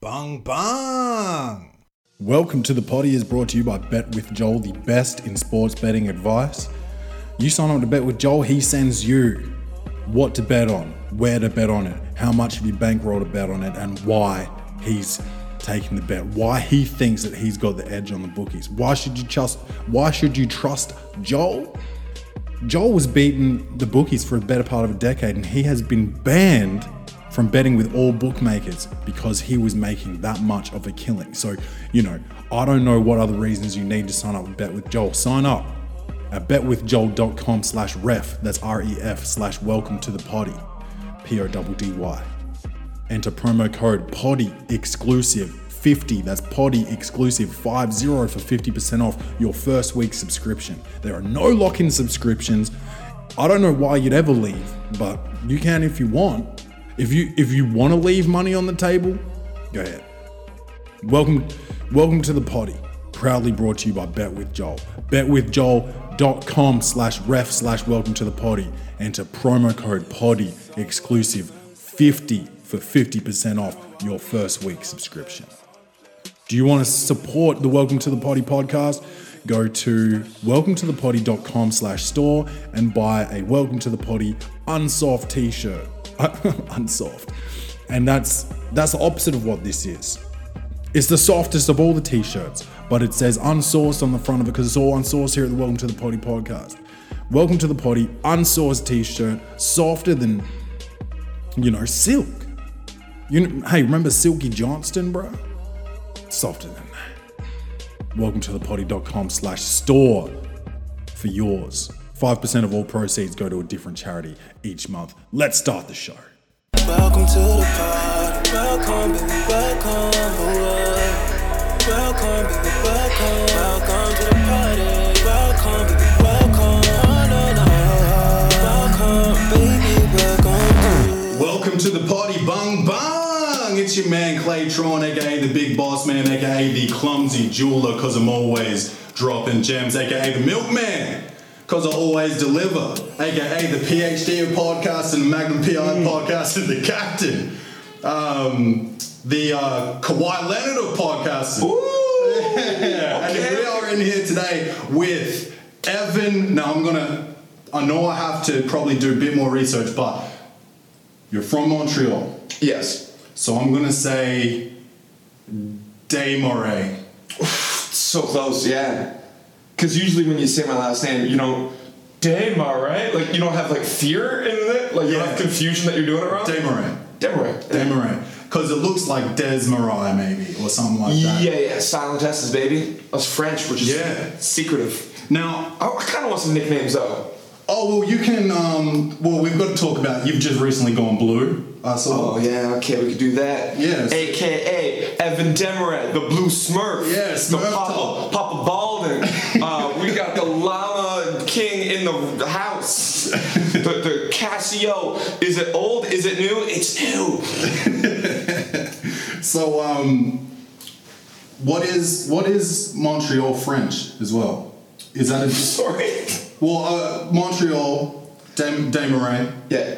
Bong bong. Welcome to the potty is brought to you by Bet with Joel, the best in sports betting advice. You sign up to Bet with Joel, he sends you what to bet on, where to bet on it, how much of your bankroll to bet on it, and why he's taking the bet, why he thinks that he's got the edge on the bookies. Why should you trust why should you trust Joel? Joel was beating the bookies for a better part of a decade, and he has been banned from betting with all bookmakers because he was making that much of a killing. So, you know, I don't know what other reasons you need to sign up and bet with Joel. Sign up at betwithjoel.com slash ref. That's R-E-F slash welcome to the potty. P-O-D-D-Y. Enter promo code potty exclusive 50. That's potty exclusive 50 for 50% off your first week subscription. There are no lock in subscriptions. I don't know why you'd ever leave, but you can if you want. If you if you want to leave money on the table, go ahead. Welcome, welcome to the potty. Proudly brought to you by Bet with Joel. Betwithjoel.com slash ref slash welcome to the potty. Enter promo code potty exclusive 50 for 50% off your first week subscription. Do you want to support the Welcome to the Potty podcast? Go to welcometothepotty.com slash store and buy a Welcome to the Potty unsoft t-shirt. unsoft. And that's that's the opposite of what this is. It's the softest of all the t-shirts, but it says unsourced on the front of it because it's all unsourced here at the Welcome to the Potty podcast. Welcome to the Potty unsourced t-shirt, softer than you know, silk. You kn- hey, remember Silky Johnston, bro? Softer than that. Welcome to the potty.com slash store for yours. 5% of all proceeds go to a different charity each month. Let's start the show. Welcome to the party. Welcome, baby. Welcome. Oh, welcome, baby. Welcome. Welcome to the party. Welcome, baby. Welcome. Oh, no, no. Welcome, baby. Welcome. Welcome to the potty, bung bung! It's your man Clay Tron, aka the big boss man, aka the clumsy jeweler, cause I'm always dropping gems, aka the milkman, cause I always deliver, aka the PhD of podcasts and the Magnum PI podcast and the captain, um, the uh, Kawhi Leonard of podcasting. Yeah, And we are in here today with Evan. Now I'm gonna. I know I have to probably do a bit more research, but you're from Montreal, Yes. so I'm gonna say Desmarais. So close, yeah. Because usually when you say my last name, you don't, damn, all right? Like, you don't have, like, fear in it? Like, you Yeah. don't have confusion that you're doing it wrong? Desmarais. Damn right. Desmarais. Because it looks like Desmarais maybe or something like Yeah, that. yeah, silent S's, baby. Us French, which is Yeah. secretive. Now, I, I kind of want some nicknames, though. oh well, you can. Um, well, we've got to talk about. You've just recently gone blue. I saw. Oh, yeah, okay, we could do that. Yes. AKA Evan Demarett, the Blue Smurf. Yeah, the Smurf Papa, Top. Papa Baldwin. uh, we got the Llama King in the house. the, the Casio. Is it old? Is it new? It's new. So, um, what is what is Montreal French as well? Is that a Sorry. well uh, Montreal Des- Desmarais? Yeah.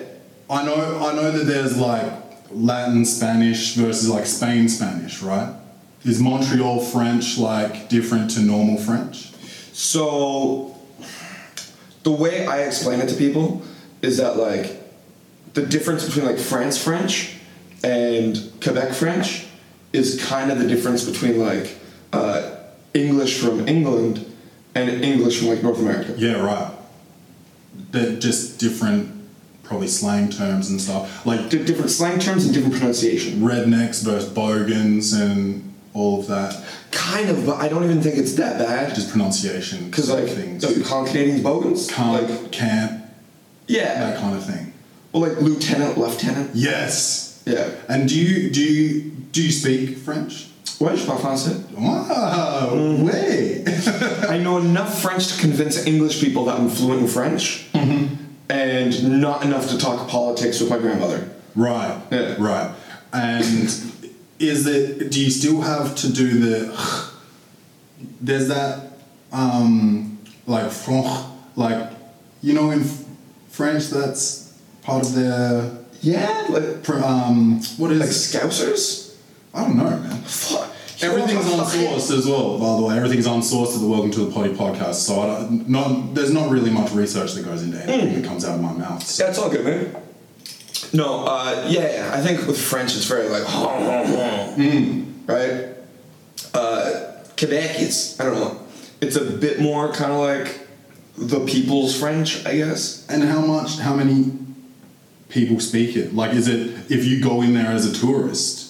I know I know that there's like Latin Spanish versus like Spain Spanish, right? Is Montreal French like different to normal French? So, the way I explain it to people is that like the difference between like France French and Quebec French is kind of the difference between like uh, English from England and English from like North America. Yeah, right. They're just different, probably slang terms and stuff, like Di- different slang terms and different pronunciation. rednecks versus bogans and all of that. Kind of, but I don't even think it's that bad. Just pronunciation, Because like, things, don't you call Canadians bogans? camp, Like, camp, that yeah. kind of thing. Well, like lieutenant, lieutenant. Yes. Yeah. And do you do you do you speak French? Why je parle français? Wow, Mm. way. I know enough French to convince English people that I'm fluent in French, and not enough to talk politics with my grandmother. Right. Yeah. Right. And is it? Do you still have to do the? There's that, um, like French, like you know in French that's part of their Yeah, like um, what is like scousers. I don't know, man. Fuck. Everything's on Fucking- source as well, by the way. Everything's on source to the Welcome to the Potty podcast. So I don't, not, there's not really much research that goes into Hmm. anything that comes out of my mouth. So. That's all good, man. No, uh, yeah, yeah, I think with French it's very like, Mm. right? Uh, Quebec is, I don't know, it's a bit more kind of like the people's French, I guess. And how much, how many people speak it? Like, is it if you go in there as a tourist?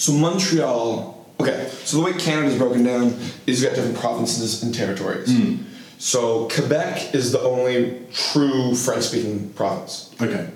So Montreal, okay, so the way Canada's broken down is you've got different provinces and territories. So Quebec is the only true French speaking province. Okay.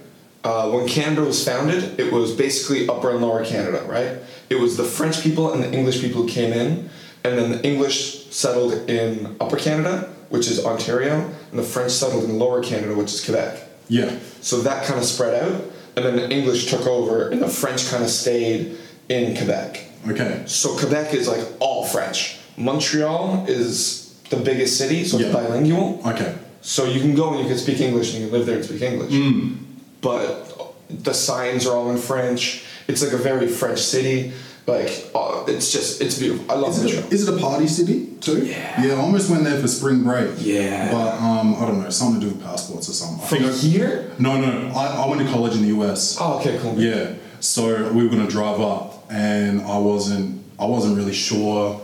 uh, when Canada was founded, it was basically Upper and Lower Canada, right? It was the French people and the English people who came in, and then the English settled in Upper Canada, which is Ontario, and the French settled in Lower Canada, which is Quebec. Yeah. So that kind of spread out, and then the English took over, and the French kind of stayed in Quebec. Okay. So Quebec is like all French. Montreal is the biggest city, so Yeah. it's bilingual. Okay. So you can go and you can speak English and you can live there and speak English. Hmm. But the signs are all in French. It's like a very French city. Like uh, it's just it's beautiful. I love Is Montreal. it, is it a party city too? Yeah. Yeah, I almost went there for spring break. Yeah. But um, I don't know, something to do with passports or something. I From think I- here? No, no. I, I went to college in the US. Oh, okay, cool. Yeah. So we were gonna drive up, and I wasn't. I wasn't really sure.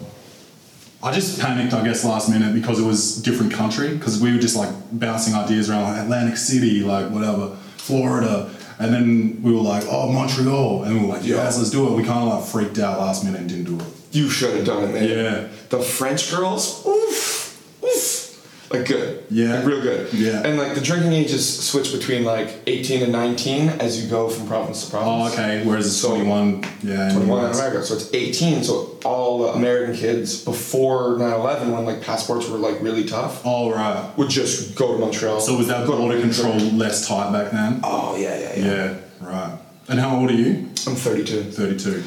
I just panicked, I guess, last minute because it was different country. Because we were just like bouncing ideas around like Atlantic City, like whatever, Florida, and then we were like, oh Montreal, and we were like, Yeah. yes, let's do it. We kind of like freaked out last minute and didn't do it. You should have done it, man. Yeah. The French girls, oof, oof, like good. Yeah. Like, real good. Yeah. And like the drinking ages switch between like 18 and 19 as you go from province to Oh, province. okay. Whereas it's So- 21, yeah, in 21 in US. America. So it's 18. So all American kids before 9/11, when like passports were like really tough, Oh right. would just go to Montreal. So was that Go to border Montreal. control less tight back then? Oh yeah, yeah, yeah. Yeah. Right. And how old are you? I'm 32 Thirty-two.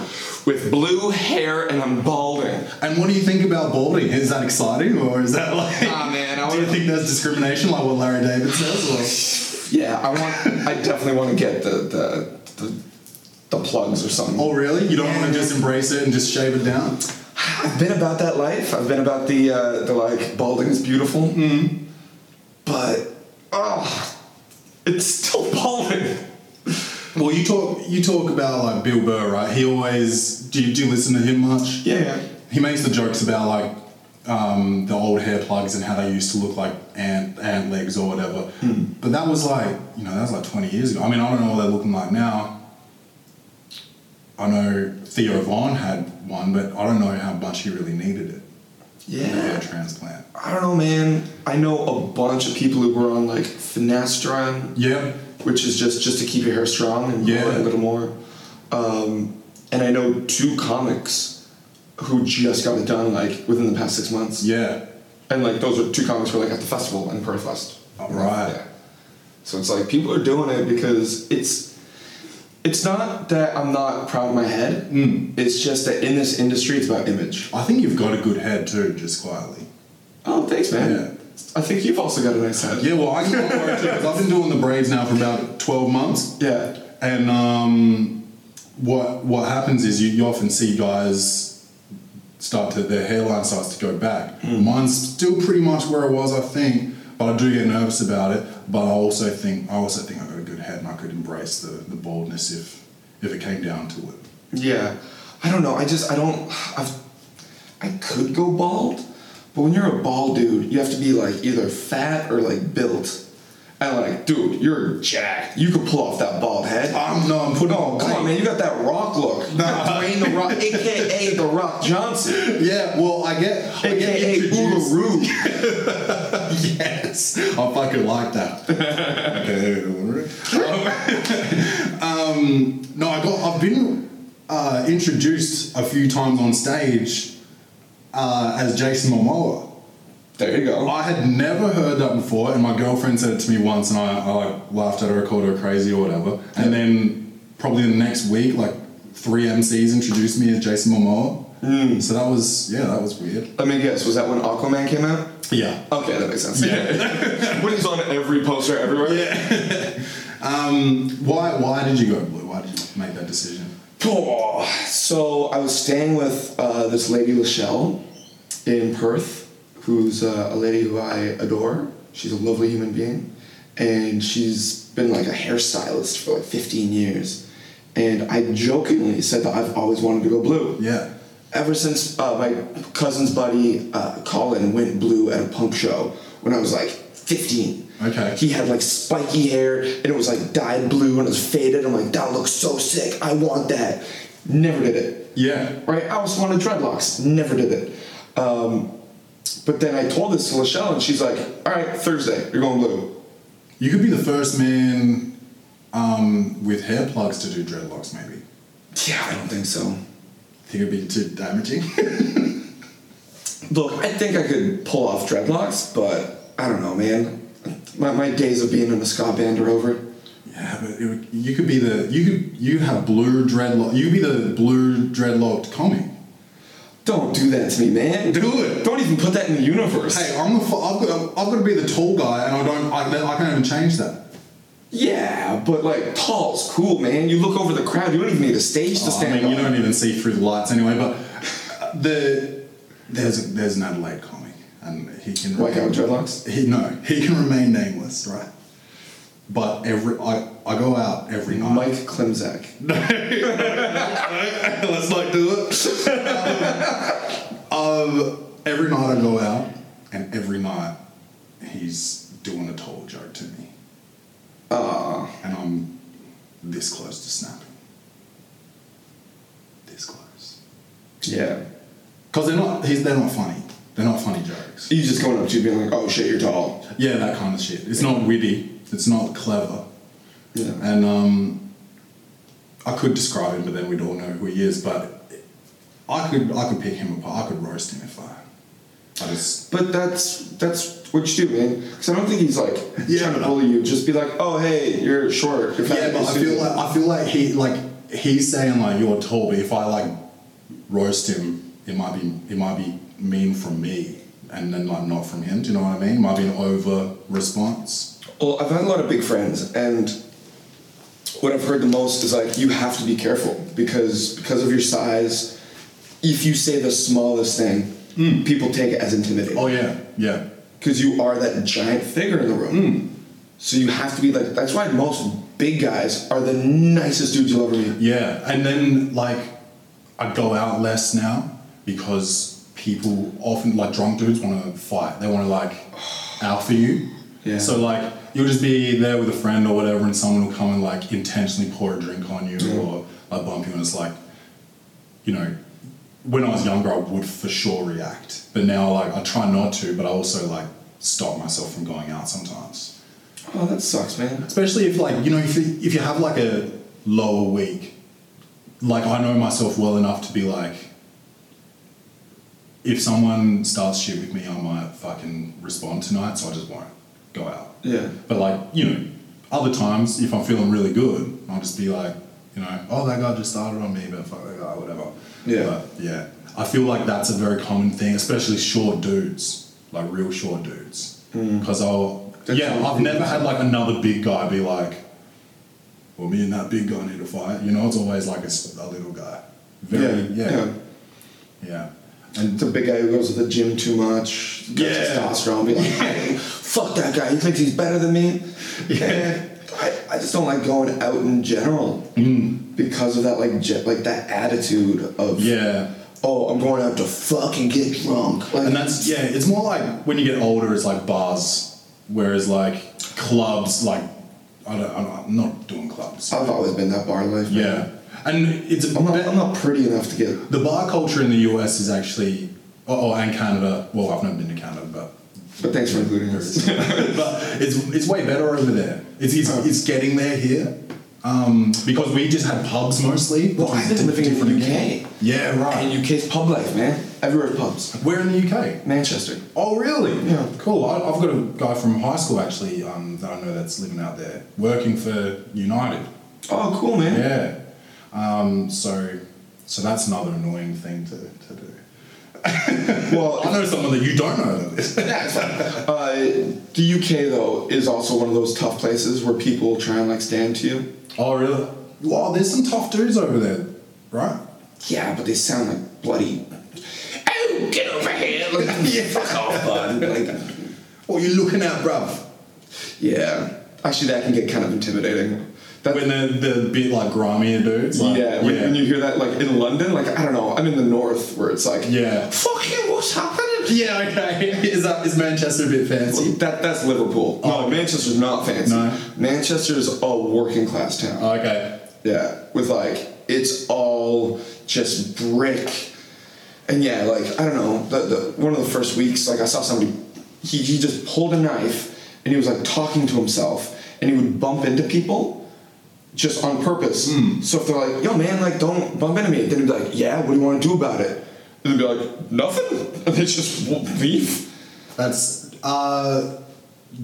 with blue hair and I'm balding. And what do you think about balding? Is that exciting or is that like? Nah, man, I do you would- think that's discrimination, like what Larry David says? Yeah, I want. I definitely want to get the the the, the plugs or something. Or, oh, really? You don't want Yeah. to just embrace it and just shave it down? I've been about that life. I've been about the uh, the like balding is beautiful. Mm-hmm. But oh, it's still balding. Well, you talk you talk about like Bill Burr, right? He always do. You, do you listen to him much? Yeah, yeah. He makes the jokes about like um, the old hair plugs and how they used to look like ant ant legs or whatever. But that was like you know that was like twenty years ago. I mean I don't know what they're looking like now. I know Theo Vaughn had one, but I don't know how much he really needed it. The hair transplant. I don't know, man. I know a bunch of people who were on like finasteride, Yeah. which is just just to keep your hair strong and grow it Yeah. a little more. Um, and I know two comics who just got it done like within the past six months. Yeah. And like those are two comics who were like at the festival in Perth Fest. Oh, right. Yeah. So it's like people are doing it because it's it's not that I'm not proud of my head. Hmm. It's just that in this industry, it's about image. I think you've got a good head too, just quietly. Oh, thanks, man. Yeah. I think you've also got a nice head. Yeah, well, I can work it too because I've been doing the braids now for about twelve months. Yeah. And um, what what happens is you, you often see guys start to their hairline starts to go back. Mine's still pretty much where it was, I think, but I do get nervous about it. But I also think I also think I got a good head and I could embrace the, the baldness if if it came down to it. Yeah, I don't know. I just I don't. I've I could go bald, but when you're a bald dude, you have to be like either fat or like built. And like, dude, you're jacked. You could pull off that bald head. I'm no, I'm putting Oh, on. come on, man, you got that rock look. You got Dwayne the Rock, aka the Rock Johnson, Yeah, well, I get I get aka introduced. Uluru. Yes, I fucking like that. Okay, alright. um, no, I got. I've been uh, introduced a few times on stage uh, as Jason Momoa. There you go. I had never heard that before, and my girlfriend said it to me once, and I, I like laughed at her, called her crazy or whatever. And then probably the next week, like three MCs introduced me as Jason Momoa. So that was yeah, that was weird. Let me guess. Was that when Aquaman came out? Yeah. Okay, that makes sense. Yeah. when he's on every poster everywhere. Um, why why did you go blue? Why did you make that decision? Oh, so I was staying with uh, this lady Lachelle in Perth, who's uh, a lady who I adore. She's a lovely human being, and she's been like a hairstylist for like 15 years. And I jokingly said that I've always wanted to go blue. Yeah. Ever since uh, my cousin's buddy uh, Colin went blue at a punk show when I was like 15. Okay. He had like spiky hair and it was like dyed blue and it was faded. I'm like, that looks so sick. I want that. Never did it. Yeah. Right? I also wanted dreadlocks. Never did it. Um, but then I told this to Lachelle and she's like, all right, Thursday, you're going blue. You could be the first man um, with hair plugs to do dreadlocks, maybe. Yeah, I don't think so. Think it'd be too damaging. Look, I think I could pull off dreadlocks, but I don't know, man. My, my days of being in a ska band are over. yeah, but it would, you could be the you could you have blue dreadlock. You could be the blue dreadlocked comic. Don't do that to me, man. Do it. Don't even put that in the universe. Hey, I'm the, fu- I've got I've got to be the tall guy, and I don't I, I can't even change that. Yeah, but like tall's cool, man. You look over the crowd. You don't even need a stage to Oh, stand I mean, you up. don't even see through the lights anyway. But the there's there's an Adelaide comic, and he can White guy with dreadlocks? He no, he can remain nameless, right? But every I, I go out every night. Mike Klimzak. Let's not do it. um, um, every night I go out, and every night he's doing a tall joke to me. And I'm this close to snapping. This close. Yeah. Because they're not, he's, they're not funny. They're not funny jokes. You just going up to you being like, "Oh shit, you're tall." Yeah, that kind of shit. It's not witty. It's not clever. Yeah. And um, I could describe him, but then we'd all know who he is. But I could, I could pick him apart. I could roast him if I. I just But that's that's what you do, man. Because I don't think he's like Yeah, trying to but I- bully you. Just be like, "Oh hey, you're short." You're fat, yeah, but you're I feel stupid." like I feel like he like he's saying like you're tall, but if I like roast him, it might be it might be mean from me, and then like not from him. Do you know what I mean? might be an over response. Well, I've had a lot of big friends, and what I've heard the most is like you have to be careful because because of your size. If you say the smallest thing, people take it as intimidating. Hmm. Oh yeah, yeah. because you are that giant figure in the room. Hmm. So you have to be like. That's why most big guys are the nicest dudes you'll ever meet. Yeah, and then like I go out less now because people often like drunk dudes want to fight. They want to like alpha you. Yeah. So like you'll just be there with a friend or whatever, and someone will come and like intentionally pour a drink on you or like bump you, and it's like, you know, when I was younger, I would for sure react, but now like I try not to, but I also like stop myself from going out sometimes Oh, that sucks, man. especially if like you know if you, if you have like a lower week like i know myself well enough to be like if someone starts shit with me i might fucking respond tonight so i just won't go out Yeah. but like you know other times if i'm feeling really good i'll just be like you know oh that guy just started on me but fuck that guy whatever Yeah. but, yeah i feel like that's a very common thing especially short dudes like real short dudes because i'll Hmm. That's yeah all i've people. never had like another big guy be like well me and that big guy need to fight you know it's always like it's a little guy very yeah yeah, and The big guy who goes to the gym too much, got Yeah. testosterone, be like, "Hey, fuck that guy. He thinks he's better than me. Yeah, I, I just don't like going out in general because of that like je- like that attitude of Mm. yeah oh I'm going out to fucking get drunk. Like, And that's yeah, it's more like when you get older, it's like bars, whereas like clubs, like I don't, I'm, I'm not doing clubs. I've always been that bar life. man. Yeah, and it's a I'm not bit- I'm not pretty enough to get the bar culture in the US is actually oh, oh and Canada. Well, I've never been to Canada, but But thanks for including us. but it's it's way better over there. It's it's, it's getting there here. Um, because we just had pubs mostly. Well, which I've was been living in the different UK. again. Yeah, right. And UK's pub life, man. Everywhere's pubs. We're in the UK. Manchester. Oh, really? Yeah. Cool. I, I've got a guy from high school actually um, that I know that's living out there, working for United. Oh, cool, man. Yeah. Um, so, so that's another annoying thing to, to do. Well, I know someone that you don't know that is. Uh, the UK though is also one of those tough places where people try and like stand to you. oh, really? Wow, there's some tough dudes over there. right? Yeah, but they sound like bloody. Oh, get over here! Like, fuck off, bud. Like, What you looking at, bruv? yeah. Actually, that can get kind of intimidating. That, When they're, they're a bit like grimier dudes. Like, yeah, when, yeah. when you hear that, like in London, like I don't know, I'm in the north where it's like, Yeah. fuck you, what's happening? Yeah, okay. Is that is Manchester a bit fancy? That that's Liverpool. No, Manchester's not fancy. Oh, No. Manchester's a working class town. Okay. Yeah, with like it's all just brick, and yeah, like I don't know. The, the one of the first weeks, like I saw somebody, he he just pulled a knife and he was like talking to himself, and he would bump into people, just on purpose. So if they're like, "Yo, man, like don't bump into me," then he'd be like, "Yeah, what do you want to do about it?" And they'd be like, "Nothing," and they just won't leave. That's uh,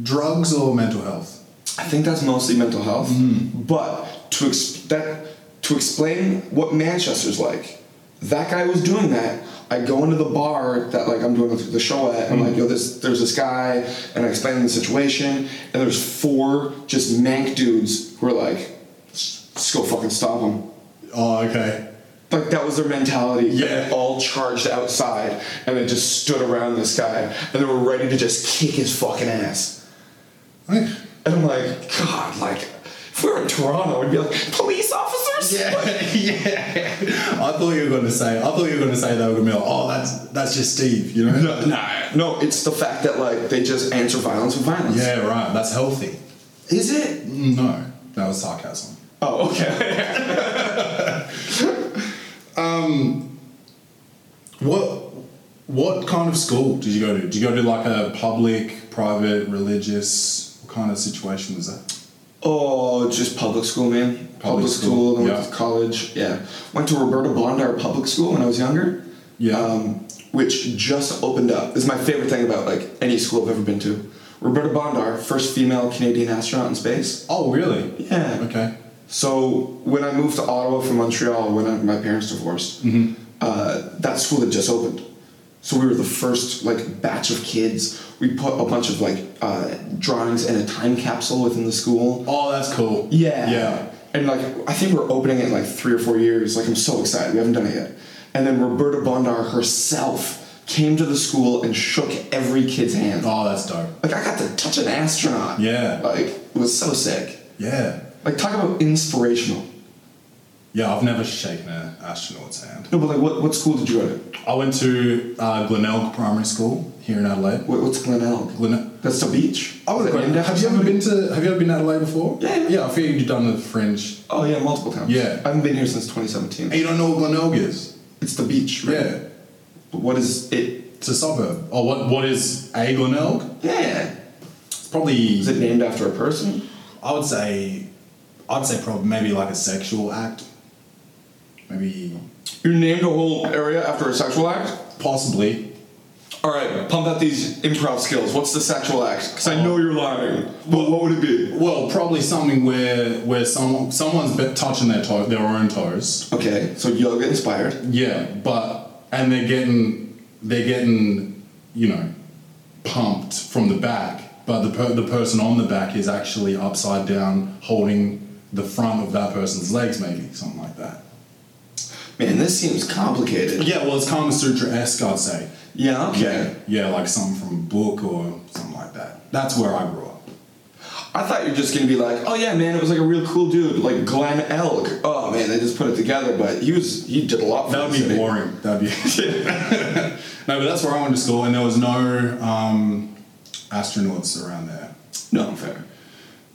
drugs or mental health. I think that's mostly mental health. But to ex- that to explain what Manchester's like, that guy was doing that. I go into the bar that like I'm doing the- the show at, and I'm like, yo, this there's this guy, and I explain the situation, and there's four just mank dudes who are like, "Let's- let's go fucking stop him. Oh, okay. Like that was their mentality. And Yeah. they all charged outside, and they just stood around this guy, and they were ready to just kick his fucking ass. Okay. And I'm like, God, like, if we were in Toronto, I'd be like, police officers? Yeah, yeah. I thought you were going to say. I thought you were going to say they were going to be like, "Oh, that's that's just Steve," you know? No, no, no, it's the fact that, like, they just answer violence with violence. Yeah, right. That's healthy. Is it? No, that was sarcasm. Oh, okay. What what kind of school did you go to? Did you go to like a public, private, religious? What kind of situation was that? oh, just public school, man. Public, school, school, then went yeah. to college. Yeah. Went to Roberta Bondar Public School when I was younger. Yeah. Um, which just opened up. This is my favorite thing about, like, any school I've ever been to. Roberta Bondar, first female Canadian astronaut in space. Oh, really? Yeah. Okay. So when I moved to Ottawa from Montreal, when I, my parents divorced, uh, that school had just opened. So we were the first like batch of kids. We put a bunch of like uh, drawings in a time capsule within the school. Oh, that's cool. Yeah. Yeah. And like I think we're opening it in like three or four years. Like I'm so excited. We haven't done it yet. And then Roberta Bondar herself came to the school and shook every kid's hand. Oh, that's dope. Like I got to touch an astronaut. Yeah. Like it was so sick. Yeah. Like talk about inspirational. Yeah, I've never shaken an astronaut's hand. No, but like, what, what school did you go to? I went to uh, Glenelg Primary School here in Adelaide. What, what's Glenelg? Glenelg. That's the beach. I was Is it named after Have you ever somebody? been to Have you ever been to Adelaide before? Yeah, yeah. Yeah, I figured you'd done the fringe. Oh yeah, multiple times. Yeah. I haven't been here since 2017. You don't know what Glenelg is? It's the beach, right? Yeah, But what is it? it's a suburb. Oh, what what is a Glenelg? Yeah. It's probably Is it named after a person? I would say I'd say probably maybe like a sexual act. Maybe You named a whole area after a sexual act? possibly. All right, pump out these improv skills. What's the sexual act? Because I know you're lying. What, what would it be? Well, probably something where where someone someone's been touching their toe, their own toes. Okay, so yoga inspired. Yeah, but and they're getting they're getting you know pumped from the back, but the per, the person on the back is actually upside down holding the front of that person's legs, maybe something like that. Man, this seems complicated. Yeah, well, it's Kama Sutra esque, I'd say. Yeah. Yeah, Okay. yeah, like something from a book or something like that. That's where I grew up. I thought you were just gonna be like, oh yeah, man, it was like a real cool dude, like Glenn Elk. Oh man, they just put it together, but he was he did a lot. For That would the be city. boring. That'd be no, but that's where I went to school, and there was no um, astronauts around there. No, fair.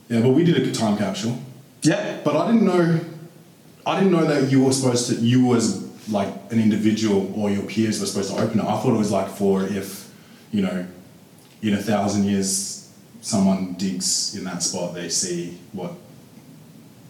Yeah, but we did a time capsule. Yeah, but But I didn't know, I didn't know that you were supposed to. You as like an individual or your peers were supposed to open it. I thought it was like for if, you know, in a thousand years someone digs in that spot, they see what,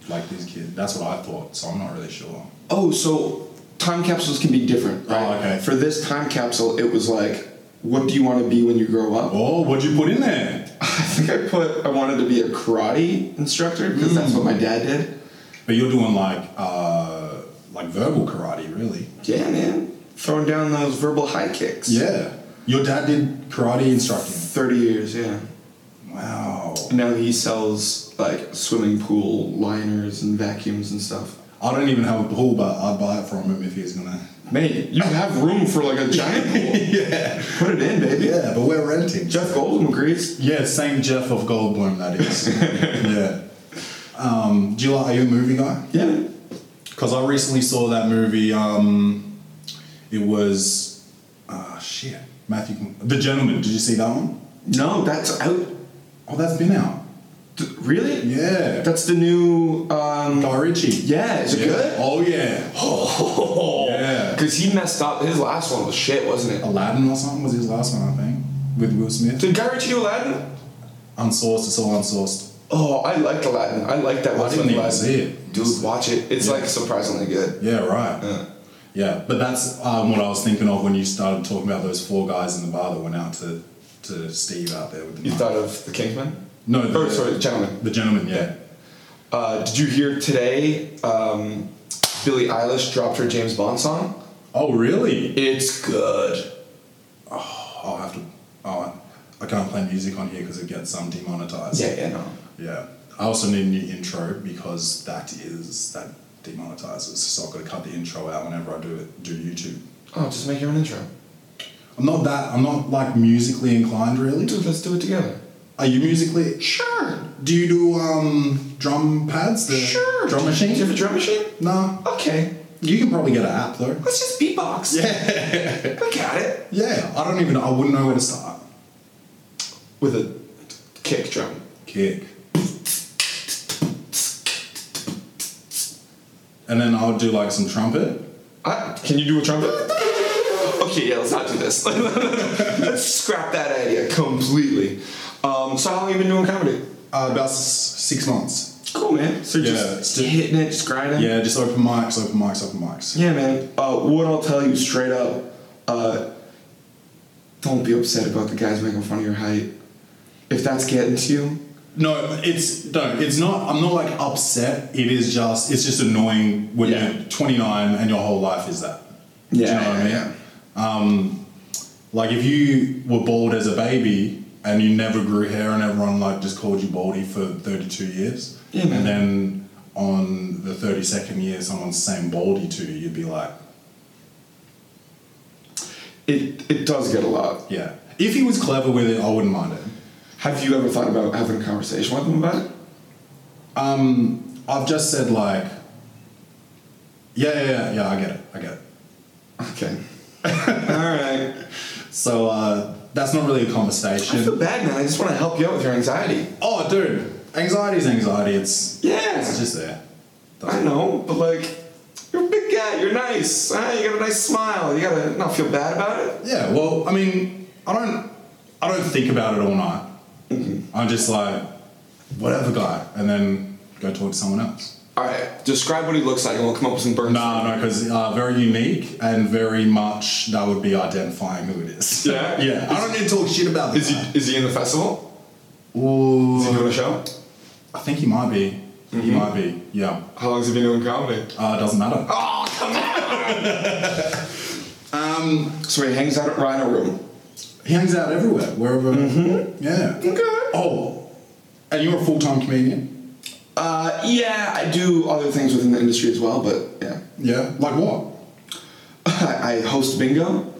like this kid. That's what I thought. So I'm not really sure. oh, so time capsules can be different, right? Oh, okay. For this time capsule, it was like, what do you want to be when you grow up? Oh, what'd you put in there? I think I put I wanted to be a karate instructor because that's Hmm. what my dad did. But you're doing like uh, like verbal karate, really. Yeah, man, throwing down those verbal high kicks. Yeah. Your dad did karate instructing. thirty years. Yeah. Wow. Now he sells like swimming pool liners and vacuums and stuff. I don't even have a pool, but I'd buy it from him if he's gonna. Mate, you have room for like a giant pool. yeah. Put it in, baby. Yeah, but we're renting. Jeff Goldblum agrees. Yeah, same Jeff of Goldblum that is. yeah. Um, do you like? Are you a movie guy? Yeah. Because I recently saw that movie. Um, it was, ah shit, Matthew, The Gentleman. Did you see that one? No, that's out. Oh, that's been out. D- Really? Yeah. That's the new. Um, Guy Ritchie. yeah, is it Yeah. good? Oh yeah. Oh, Yeah. Because he messed up. His last one was shit, wasn't it? Aladdin or something was his last one, I think, with Will Smith. Did Guy Ritchie do Aladdin? Unsourced. It's all unsourced. Oh, I liked Aladdin. I liked that one. didn't with even Aladdin. see it. Dude, watch it. It's like surprisingly good. Yeah. Right. Yeah. Yeah, but that's um, what I was thinking of when you started talking about those four guys in the bar that went out to, to Steve out there with the You knife. thought of The Kingsman? no, the, Oh, sorry, The Gentleman. the gentleman, yeah. Uh, did you hear today um, Billie Eilish dropped her James Bond song? Oh, really? It's good. I'll have to. Oh, I can't play music on here because it gets um, demonetized. Yeah, yeah, no. Yeah. I also need a new intro because that is that demonetizes. So I've got to cut the intro out whenever I do it, do YouTube. Oh, just make your own intro. I'm not that. I'm not like musically inclined, really. Dude, let's do it together. Are you musically? Sure. Do you do um drum pads? The Sure. Drum machine. Do you have a drum machine? Nah. Okay. You can probably get an app though. Let's just beatbox. Yeah. I got it. Yeah, I don't even. I wouldn't know where to start. With a kick drum. Kick. And then I would do like some trumpet. I, can you do a trumpet? Okay, yeah, let's not do this. let's scrap that idea completely. Um, so, how long you been doing comedy? Uh, about s- six months. Cool, man. So, Yeah, just, it's just di- hitting it, just grinding? Yeah, just open mics, open mics, open mics. Yeah, man. Uh, what I'll tell you straight up, uh, don't be upset about the guys making fun of your height. If that's getting to you, No, it's no, it's not. I'm not like upset. It is just. It's just annoying when Yeah. you're 29 and your whole life is that. Do you know what I mean? Um, like if you were bald as a baby and you never grew hair and everyone like just called you baldy for 32 years Yeah, man. and then on the 32nd year someone's saying baldy to you you'd be like It it does get a lot. yeah if he was clever with it i wouldn't mind it Have you ever thought about having a conversation with them about it? um, i've just said like yeah yeah yeah yeah i get it i get it Okay. All right. so uh, that's not really a conversation I feel bad, man. I just want to help you out with your anxiety. oh dude anxiety's anxiety it's Yeah. it's just there I know, but like, you're a big guy. You're nice. huh? You got a nice smile. You gotta not feel bad about it. Yeah, well, I mean, I don't, I don't think about it all night. Mm-hmm. I'm just like, whatever, guy, and then go talk to someone else. All right. Describe what he looks like, and we'll come up with some burn. No, no, because uh, very unique and very much that would be identifying who it is. Yeah? yeah. I don't need to talk shit about Is this. guy. he is he in the festival? Ooh, Is he Mm-hmm. doing a show? I think he might be. He might be. Yeah. How long has he been doing comedy? Uh, doesn't matter. Oh, come on! um, so he hangs out at Rhino Room. He hangs out everywhere, wherever. Mm-hmm. Yeah. Okay. Oh, and you're a full-time comedian. Uh, yeah, I do other things within the industry as well, but yeah. Yeah. Like what? I, I host bingo.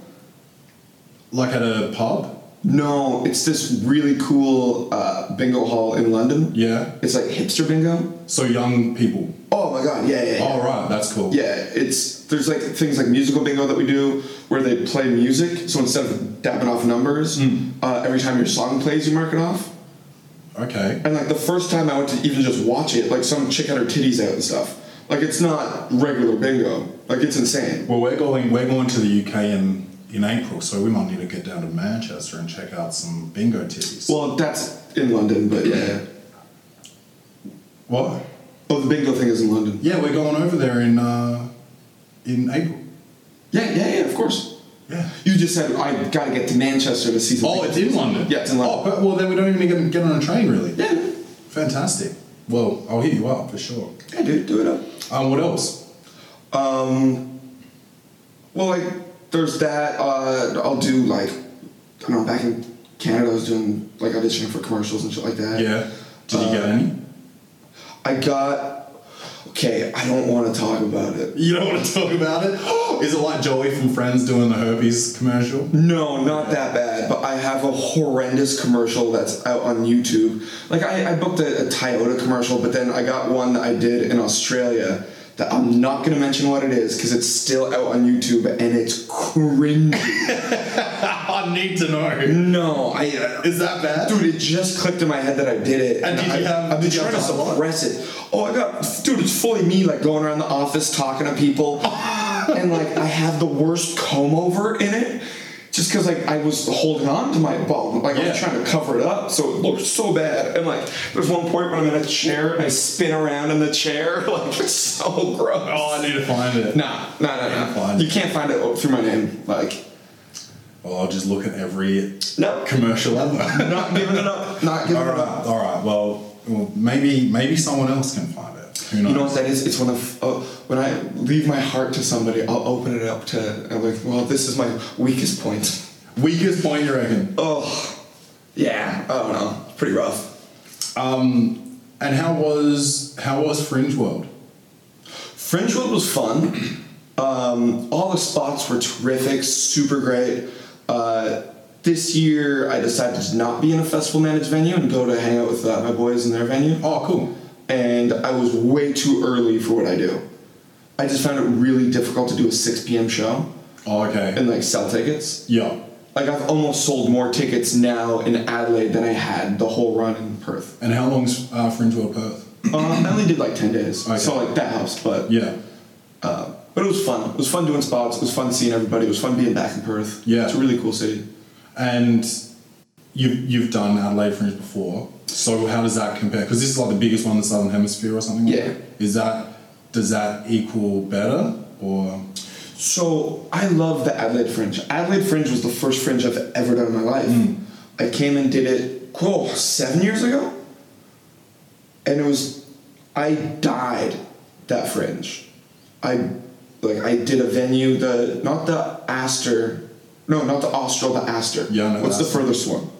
Like at a pub. No, it's this really cool uh, bingo hall in London. Yeah. It's like hipster bingo. So young people. Oh my god, yeah, yeah, yeah. oh, right, that's cool. Yeah, it's there's like things like musical bingo that we do where they play music. So instead of dapping off numbers, uh, every time your song plays, you mark it off. Okay. And like the first time I went to even just watch it, like some chick had her titties out and stuff. Like it's not regular bingo. Like it's insane. Well, we're going we're going to the UK in in April, so we might need to get down to Manchester and check out some bingo titties. Well, that's in London, but yeah. what? Oh, the bingo thing is in London. Yeah, we're going over there in uh, in April. Yeah, yeah, yeah. Of course. Yeah. You just said I gotta get to Manchester to see. the Oh, bingo." it's in London. Yeah, it's in London. Oh, but, well, then we don't even get get on a train, really. Yeah, Fantastic. Well, I'll hit you up for sure. yeah, dude, do it up. Um, what else? Um, well, like there's that. Uh, I'll do like I don't know. Back in Canada, I was doing like Uh, auditioning for commercials and shit like that. Yeah. Did you get any? I got okay, I don't want to talk about it. You don't want to talk about it? Is it like Joey from Friends doing the herpes commercial? No, not that bad, but I have a horrendous commercial that's out on YouTube. Like, I, I booked a, a Toyota commercial, but then I got one that I did in Australia that I'm not going to mention what it is because it's still out on YouTube and it's cringy. I need to know. no, I. uh, Is that bad? Dude, it just clicked in my head that I did it. And did I, you have- I've been did you trying have to dialogue? suppress it. Oh, I got, dude, it's fully me, like going around the office talking to people, and like I have the worst comb over in it, just because like I was holding on to my bald, like I Yeah. was trying to cover it up, so it looked so bad. And like, there's one point when I'm in a chair and I spin around in the chair, like it's so gross. Oh, I need to find it. Nah, nah, nah, nah. Fine. You can't find it through my name, like. Well, I'll just look at every Nope. commercial ever. Not giving it up. Not giving all it up. right, all right. Well, well, maybe maybe someone else can find it. Who knows? You know what that is? It's when I uh, when I leave my heart to somebody, I'll open it up to. I'm like, well, this is my weakest point. Weakest point, you reckon? Oh, yeah. I don't know. It's pretty rough. Um, and how was how was Fringe World? Fringewood was fun. Um, all the spots were terrific, super great. Uh, this year, I decided to not be in a festival managed venue and go to hang out with uh, my boys in their venue. Oh, cool. and I was way too early for what I do. I just found it really difficult to do a 6 p.m. show Oh, okay. and like sell tickets. yeah. Like I've almost sold more tickets now in Adelaide than I had the whole run in Perth. And how long's uh, Fringe World Perth? Um, I only did like 10 days, Okay. so like that helps. But Yeah. uh, but it was fun. It was fun doing spots. It was fun seeing everybody. It was fun being back in Perth. Yeah. it's a really cool city. And you've you've done Adelaide Fringe before, so how does that compare? Because this is like the biggest one in the Southern Hemisphere or something. like Yeah. that. Is that does that equal better or? So I love the Adelaide Fringe. Adelaide Fringe was the first Fringe I've ever done in my life. Mm. I came and did it, whoa, seven years ago, and it was, I died that Fringe. I, like, I did a venue the not the Astor, no, not the Austral, the Astor. Yeah, I know What's the the Astor. furthest one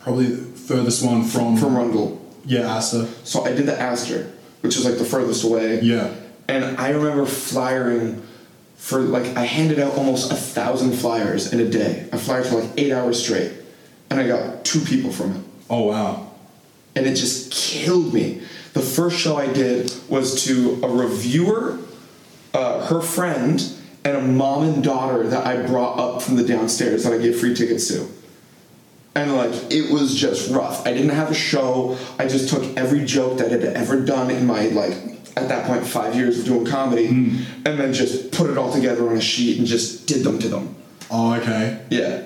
Probably the furthest one from from Rundle? yeah Asta. So I did the Astor, which is like the furthest away. Yeah. And I remember flyering for like I handed out almost a thousand flyers in a day. I flyered for like eight hours straight, and I got two people from it, Oh wow. and it just killed me. The first show I did was to a reviewer, uh, her friend, and a mom and daughter that I brought up from the downstairs that I gave free tickets to. And like it was just rough. I didn't have a show. I just took every joke that I'd ever done in my like at that point five years of doing comedy, and then just put it all together on a sheet and just did them to them. Oh okay. Yeah,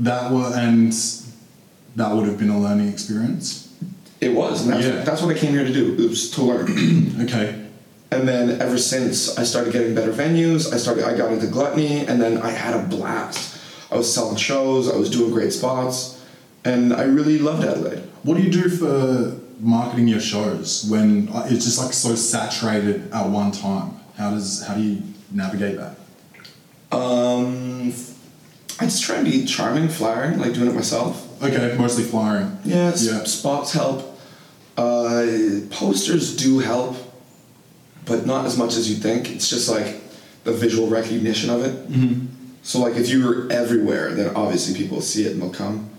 That were and that would have been a learning experience. it was. And that's, Yeah. that's what I came here to do. It was to learn. Okay. and then ever since, I started getting better venues. I started. I got into gluttony, and then I had a blast. I was selling shows. I was doing great spots, and I really loved Adelaide. What do you do for marketing your shows when uh, it's just like so saturated at one time? How does how do you navigate that? Um, I just try and be charming, flattering, like doing it myself. Okay, mostly flyering. Yeah, s- Yeah. spots help. Uh, posters do help, but not as much as you think. It's just like the visual recognition of it. So like if you were everywhere, then obviously people will see it and they'll come.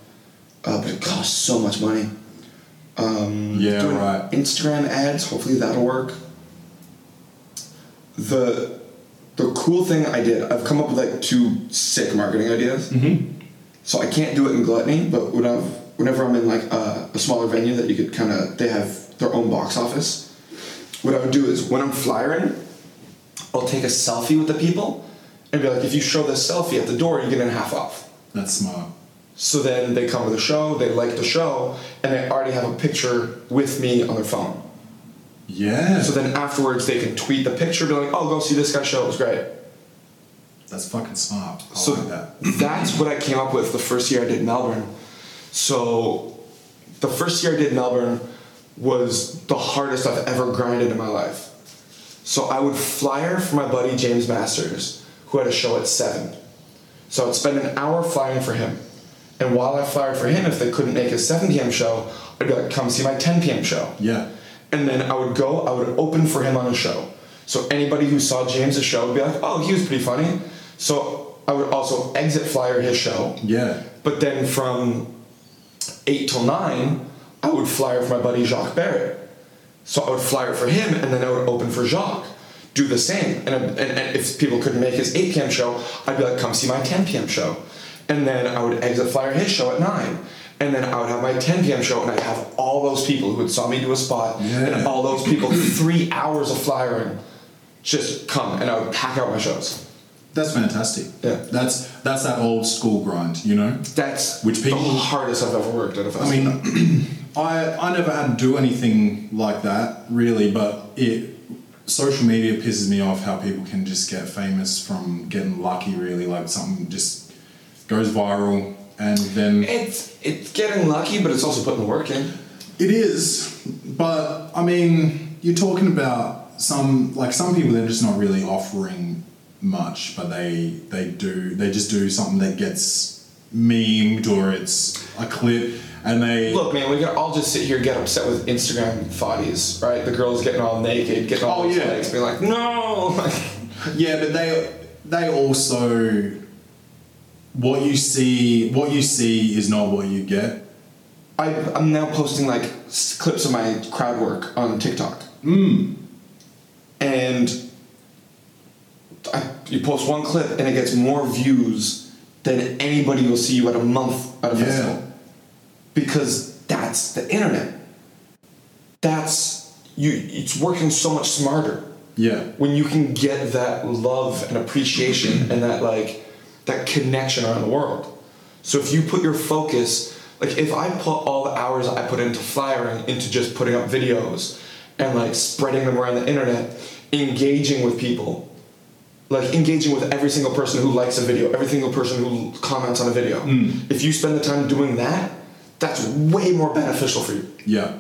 Uh, but it costs so much money. Um, Yeah, doing right. Instagram ads, hopefully that'll work. The the cool thing I did, I've come up with like two sick marketing ideas. Mm-hmm. So I can't do it in Gluttony, but when I've, whenever I'm in like a, a smaller venue that you could kind of, they have their own box office. What I would do is when I'm flyering, I'll take a selfie with the people and be like, if you show this selfie at the door, you get in half off. That's smart. So then they come to the show, they like the show, and they already have a picture with me on their phone. Yeah. So then afterwards they can tweet the picture, be like, oh, go see this guy's show, it was great. that's fucking smart. I So like that. that's what I came up with the first year I did Melbourne. So the first year I did Melbourne was the hardest I've ever grinded in my life. So I would flyer for my buddy James Masters, who had a show at seven. So I'd spend an hour flying for him. And while I flyered for him, if they couldn't make his 7 p.m. show, I'd be like, come see my 10 p.m. show. Yeah. And then I would go, I would open for him on a show. So anybody who saw James's show would be like, oh, he was pretty funny. So I would also exit flyer his show. Yeah. But then from eight till nine, I would flyer for my buddy Jacques Barrett. So I would flyer for him, and then I would open for Jacques. Do the same, and, and, and if people couldn't make his 8 p.m. show, I'd be like, "Come see my 10 p.m. show," and then I would exit flyer his show at nine, and then I would have my 10 p.m. show, and I'd have all those people who had saw me do a spot, and Yeah. all those people, three hours of flyering, just come, and I would pack out my shows. That's fantastic. Yeah. That's that's that old school grind, you know? That's Which people- the hardest I've ever worked at a festival. I mean, I I never had to do anything like that really, but it social media pisses me off how people can just get famous from getting lucky. Really, like something just goes viral, and then It's it's getting lucky, but it's also putting the work in. It is, but I mean, you're talking about some like some people they're just not really offering much, but they they do they just do something that gets memed or it's a clip and they Look, man, we can all just sit here and get upset with Instagram thotties, right? The girls getting all naked, getting all Oh, these yeah. legs, being like, no. Like, yeah, but they they also what you see what you see is not what you get. I, I'm now posting like s- clips of my crowd work on TikTok. Mm. And I, you post one clip and it gets more views than anybody will see you at a month at a Yeah. festival. Because that's the internet. That's you. It's working so much smarter Yeah. when you can get that love and appreciation and that like that connection around the world. So if you put your focus, like if I put all the hours I put into flyering into just putting up videos and like spreading them around the internet, engaging with people, like engaging with every single person who likes a video, every single person who comments on a video. If you spend the time doing that, that's way more beneficial for you Yeah.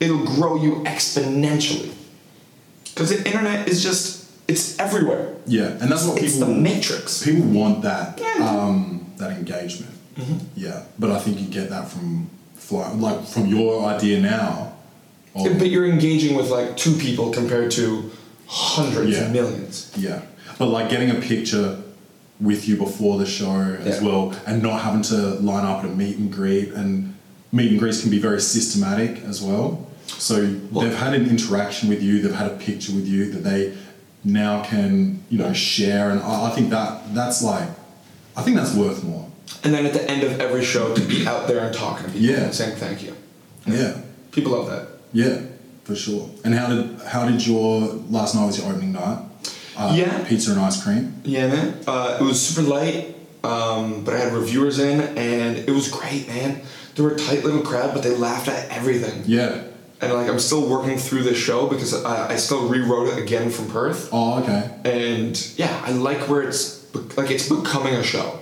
it'll grow you exponentially. Because the internet is just, it's everywhere. Yeah. And that's what It's people the matrix. People want that Yeah. um, that engagement. Yeah, but I think you get that from fly, like from your idea now. of- But you're engaging with like two people compared to hundreds Yeah. of millions. yeah, but like getting a picture with you before the show as Yeah. well, and not having to line up at a meet and greet, and meet and greets can be very systematic as well. So they've had an interaction with you, they've had a picture with you that they now can you know share, and I, I think that that's like, I think that's worth more. And then at the end of every show, to be out there and talking to people Yeah. and saying thank you. Yeah. People love that. Yeah, for sure. And how did how did your last night was your opening night? Uh, Yeah. Pizza and ice cream. Yeah, man. Uh, it was super light, um, but I had reviewers in, and it was great, man. They were a tight little crowd, but they laughed at everything. Yeah. And like, I'm still working through this show because I, I still rewrote it again from Perth. Oh, okay. and yeah, I like where it's be- like it's becoming a show.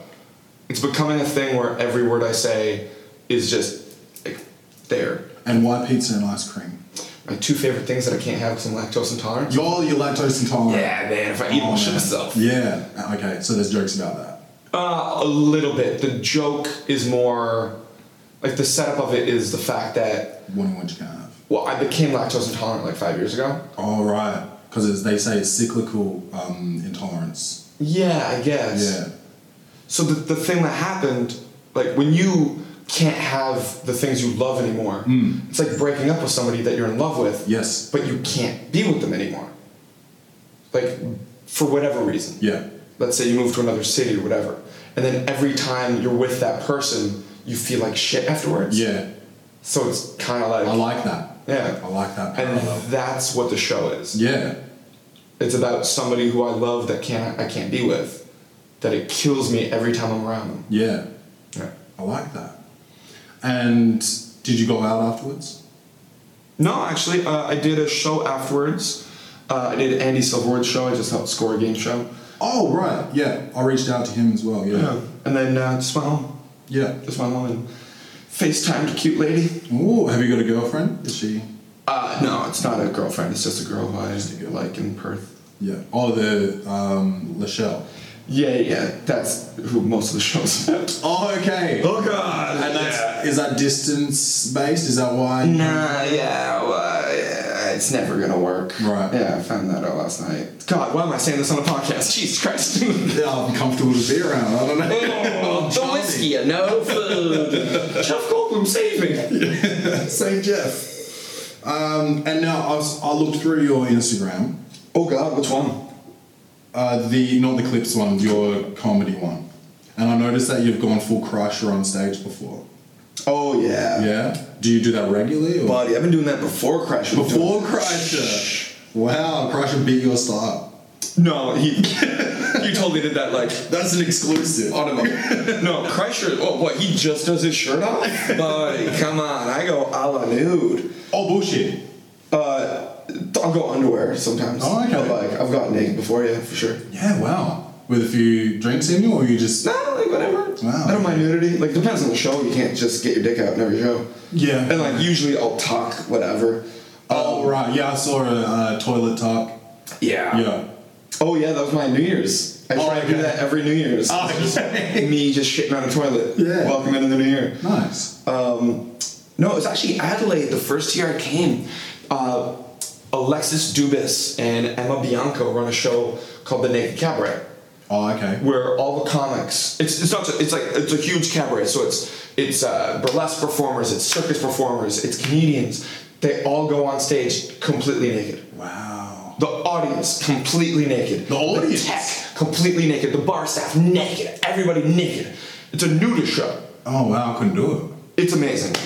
It's becoming a thing where every word I say is just like there. And why pizza and ice cream? My two favorite things that I can't have because I'm lactose intolerant. You're you're lactose intolerant. Yeah, man, if I eat Oh, one shit man. myself. Yeah. Uh, Okay. So there's jokes about that. Uh, a little bit. The joke is more like the setup of it is the fact that Wondering what you can have. well, I became lactose intolerant like five years ago. All Oh, right. Because they say it's cyclical um, intolerance. Yeah, I guess. Yeah. So the, the thing that happened, like when you can't have the things you love anymore, it's like breaking up with somebody that you're in love with, Hmm. Yes. but you can't be with them anymore. Like for whatever reason. Yeah. Let's say you move to another city or whatever. And then every time you're with that person, you feel like shit afterwards. Yeah. So it's kind of like, I like that. Yeah. I like that and parallel. that's what the show is. yeah. It's about somebody who I love that can't I can't be with, that it kills me every time I'm around them. Yeah. Yeah. I like that. And did you go out afterwards? No, actually, uh, I did a show afterwards. Uh, I did Andy Silverwood's show. I just helped score a game show. Oh right, yeah. I reached out to him as well. Yeah, And then uh, just went home. yeah. Just went home and FaceTimed a cute lady. Oh, have you got a girlfriend? Is she? Uh, no, it's not a girlfriend. It's just a girl who I like in Perth. Yeah. Oh, the um, Lachelle. Yeah, yeah, that's who most of the show's about. Oh, okay. Oh, God! And that's is that distance based? Is that why? Nah, yeah, well, yeah, it's never gonna work. Right. Yeah, I found that out last night. God, why am I saying this on a podcast? Jesus Christ. the Yeah, I'm comfortable to be around. I don't know. whiskey and no food. Jeff Goldblum saving. St. Jeff. Um, and now I, was, I looked through your Instagram. Oh God, which one? Uh, the not the clips one, your comedy one. And I noticed that you've gone full crusher on stage before. Oh yeah. Yeah? Do you do that regularly? Or? Buddy, I've been doing that before Crash. was before doing- Crusher. Wow, Crusher beat your style. No, he. you totally did that like That's an exclusive. on him. Oh, no, Kreischer. Oh, what? He just does his shirt off? Buddy, come on. I go a la nude. Oh bullshit. Uh, I'll go underwear sometimes. Oh, okay. But like, I've gotten naked before, yeah, for sure. Yeah, wow. With a few drinks in you or you just Nah, like whatever. Wow. I don't mind nudity. Like, depends on the show. You can't just get your dick out in every show. Yeah. And like, usually I'll talk whatever. Oh right, yeah, I saw a uh, toilet talk. Yeah. Yeah. Oh yeah, that was my New Year's. I Oh, try to do okay. Oh, that every New Year's. Me just shitting on a toilet. Yeah. Welcome into the new year. Nice. Um, no, it was actually Adelaide the first year I came. Uh, Alexis Dubis and Emma Bianco run a show called The Naked Cabaret, Oh okay. where all the comics. It's, it's not. ju- It's like it's a huge cabaret. So it's it's uh, burlesque performers, it's circus performers, it's comedians. They all go on stage completely naked. Wow. The audience completely naked. The audience? tech completely naked. The bar staff naked. Everybody naked. It's a nudist show. Oh wow, I couldn't do It's amazing.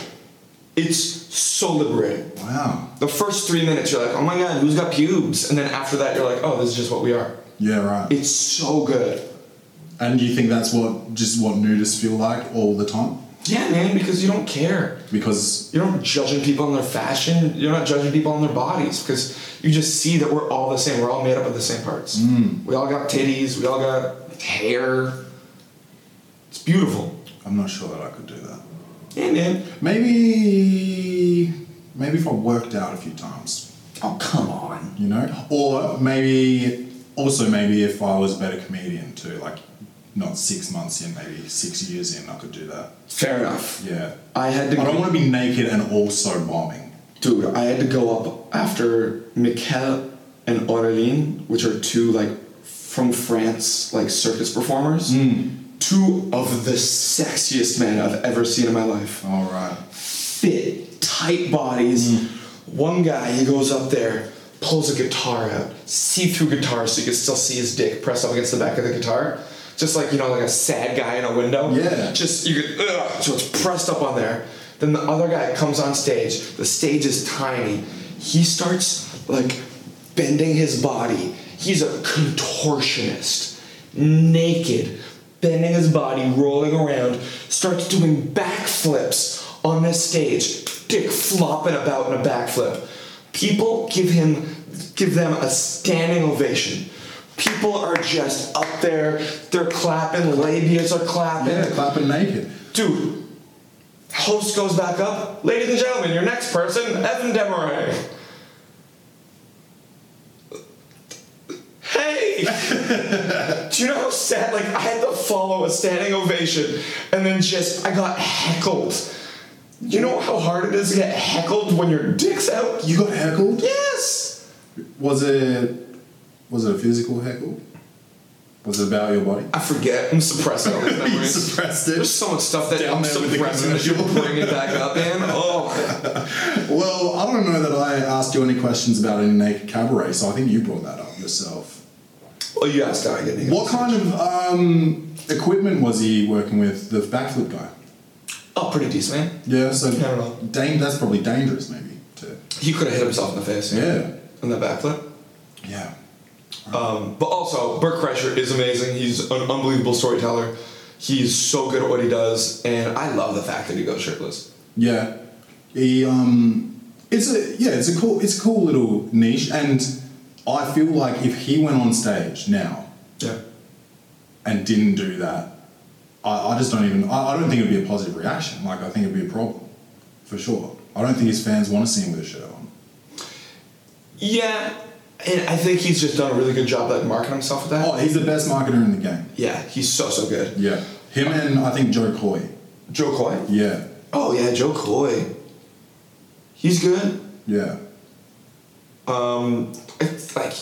It's so liberating. it. Wow. The first three minutes, you're like, oh my god, who's got pubes? And then after that, you're like, oh, this is just what we are. Yeah, right. It's so good. And do you think that's what just what nudists feel like all the time? Yeah, man, because you don't care. Because You're not judging people on their fashion. You're not judging people on their bodies because you just see that we're all the same. We're all made up of the same parts. Mm. We all got titties. We all got hair. It's beautiful. I'm not sure that I could do that. Yeah, man. Maybe maybe if I worked out a few times, Oh, come on. you know? Or maybe also maybe if I was a better comedian too, like not six months in, maybe six years in, I could do that. Fair enough. Yeah. I had to I don't go- want to be naked and also bombing. Dude, I had to go up after Mikel and Aureline, which are two like from France, like circus performers. Mm. Two of the sexiest men I've ever seen in my life. All right. Fit, tight bodies. One guy, he goes up there, pulls a guitar out, see-through guitar, so you can still see his dick pressed up against the back of the guitar. Just like you know, like a sad guy in a window. Yeah. Just just you could, ugh, so it's pressed up on there. Then the other guy comes on stage. The stage is tiny. He starts like bending his body. He's a contortionist, naked, bending his body, rolling around. Starts doing backflips on this stage, dick flopping about in a backflip. People give him, give them a standing ovation. People are just up there. They're clapping. Labias are clapping. Yeah, clapping naked. Dude, host goes back up. Ladies and gentlemen, your next person, Evan Demaray. Hey! Do you know how sad? Like, I had to follow a standing ovation and then just, I got heckled. You know how hard it is to get heckled when your dick's out? You got heckled? Yes! Was it was it a physical heckle? Was it about your body? I forget. I'm suppressing all these You memories. suppressed There's it. so much stuff that Down I'm there with the suppressing that you're commercial. bringing back up, man. Oh. Well, I don't know that I asked you any questions about any naked cabaret, so I think you brought that up yourself. Well, Oh, you asked how I get naked. What kind of um, equipment was he working with? The backflip guy. Oh, pretty decent, man. Yeah, so I don't know. dang, that's probably dangerous, maybe. To He could have hit himself in the face. yeah, On that backflip. yeah. Um, but also, Bert Kreischer is amazing. He's an unbelievable storyteller. He's so good at what he does, and I love the fact that he goes shirtless. Yeah, he, um, it's a yeah, it's a cool, it's a cool little niche, and I feel like if he went on stage now Yeah. and didn't do that, I, I just don't even, I, I don't think it'd be a positive reaction. Like I think it'd be a problem, for sure. I don't think his fans want to see him with a shirt on. Yeah, and I think he's just done a really good job at marketing himself with that. Oh, he's the best marketer in the game. Yeah, he's so so good. Yeah, him and I think Joe Coy. Joe Coy. Yeah, Oh yeah, Joe Coy. He's good. yeah. Um, it's like,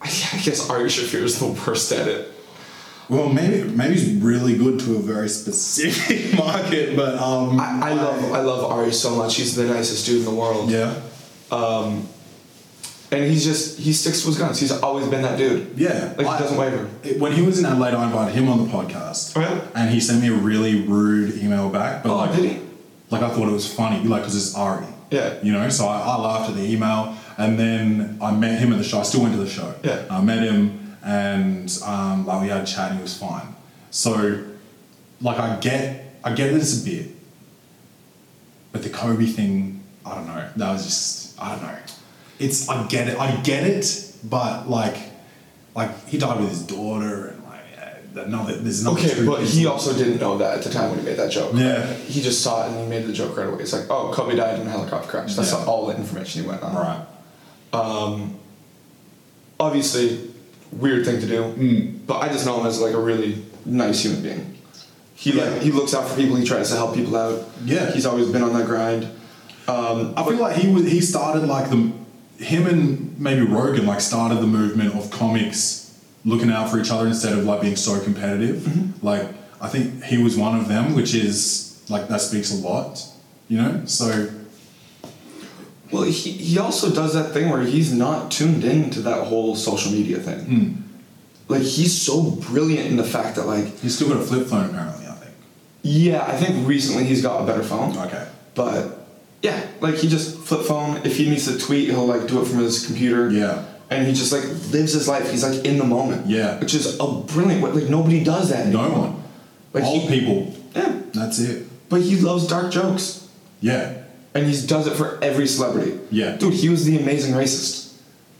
I guess Ari Shafir is the worst at it. Well, maybe maybe it's really good to a very specific market, but um, I, I love I love Ari so much. He's the nicest dude in the world. yeah, And he's just he sticks to his guns. He's always been that dude. yeah. Like I- he doesn't waver. it- When he was in Adelaide, I invited him on the podcast, Oh, yeah? and he sent me a really rude email back. But Oh, like, did he? Like I thought it was funny, like because it's E. Ari. Yeah. You know, so I, I laughed at the email, and then I met him at the show. I still went to the show. Yeah. I met him, and um, like we had a chat. And he was fine. So, like I get, I get that it's a bit, but the Kobe thing, I don't know. That was just, I don't know. It's, I get it, I get it, but like, like he died with his daughter, and like yeah, another, there's another. Okay, two but people. he also didn't know that at the time when he made that joke. Yeah. He just saw it and he made the joke right away. It's like, oh, Kobe died in a helicopter crash. That's Yeah. all the information he went on. right. Obviously, weird thing to do. But I just know him as like a really nice human being. He like he looks out for people. He tries to help people out. Yeah. He's always been on that grind. I feel like he was he started like the him and maybe Rogan like started the movement of comics looking out for each other instead of like being so competitive. Like I think he was one of them, which is like that speaks a lot, you know. So Well, he, he also does that thing where he's not tuned in to that whole social media thing. Hmm. Like he's so brilliant in the fact that like he's still got a flip phone apparently. I think. yeah, I think recently he's got a better phone. Okay. But yeah, like he just flip phone. If he needs to tweet, he'll like do it from his computer. Yeah. And he just like lives his life. He's like in the moment. Yeah. Which is a brilliant way. Like nobody does that. No anymore. one. Like Old he- people. Yeah. That's it. But he loves dark jokes. Yeah. and he does it for every celebrity. Yeah. dude, he was the amazing racist.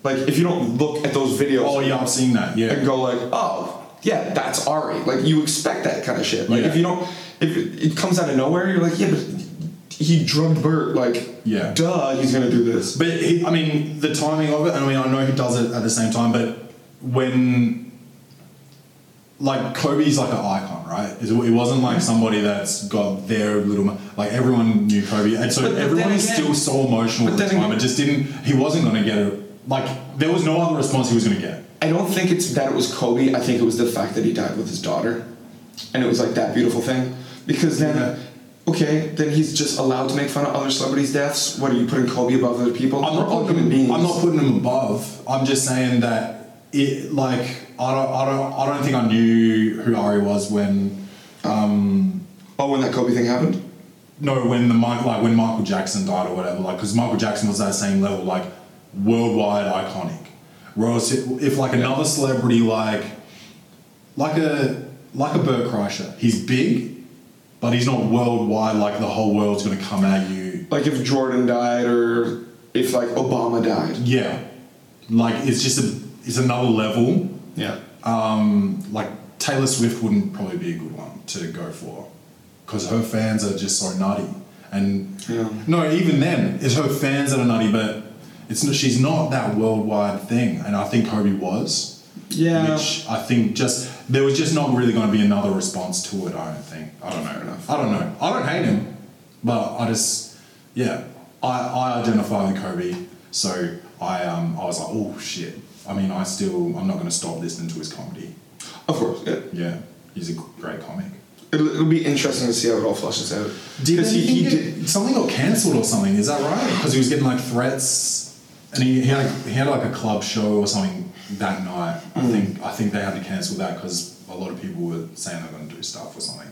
Like, if you don't look at those videos Oh yeah, I've seen that. and Yeah. go like, oh, yeah, that's Ari. Like, you expect that kind of shit. Like, Yeah. if you don't, if it comes out of nowhere, you're like, yeah, but he drugged Bert. Like, Yeah. duh, he's gonna do this. But he, I mean, the timing of it. I mean, I know he does it at the same time, but when like Kobe's like an icon, right? It it wasn't like somebody that's got their little mo- like everyone knew Kobe, and so But- but then everyone is again- still so emotional but at the then time. again- it just didn't. He wasn't going to get it. Like there was no other response he was going to get. I don't think it's that it was Kobe. I think it was the fact that he died with his daughter, and it was like that beautiful thing. Because then, okay, then he's just allowed to make fun of other celebrities' deaths. What are you putting Kobe above other people? I'm We're not all human putting him. beings. I'm not putting him above. I'm just saying that it like I don't. I don't. I don't think I knew who Ari was when. Oh, when that Kobe thing happened? No, when the Mi- like when Michael Jackson died or whatever, like because Michael Jackson was that same level, like worldwide iconic. Whereas if, if like another celebrity, like like a like a Bert Kreischer, he's big, but he's not worldwide. Like the whole world's gonna come at you. Like if Jordan died or if like Obama died. Yeah, like it's just a it's another level. Yeah. Um, like Taylor Swift wouldn't probably be a good one to go for because her fans are just so nutty. And Yeah. no, even then, it's her fans that are nutty, but it's not, she's not that worldwide thing. And I think Kobe was, Yeah. which I think just there was just not really going to be another response to it. I don't think. I don't know. I don't know. I don't hate him, but I just yeah, I, I identify with Kobe, so I um I was like oh shit. I mean, I still I'm not going to stop listening to his comedy. of course. Yeah. Yeah, he's a g- great comic. It'll, it'll be interesting to see how it all flushes out. Because he, he did. did something got cancelled or something. Is that right? Because he was getting like threats, and he, he had he had like a club show or something that night. I Mm. think I think they had to cancel that because a lot of people were saying they're going to do stuff or something.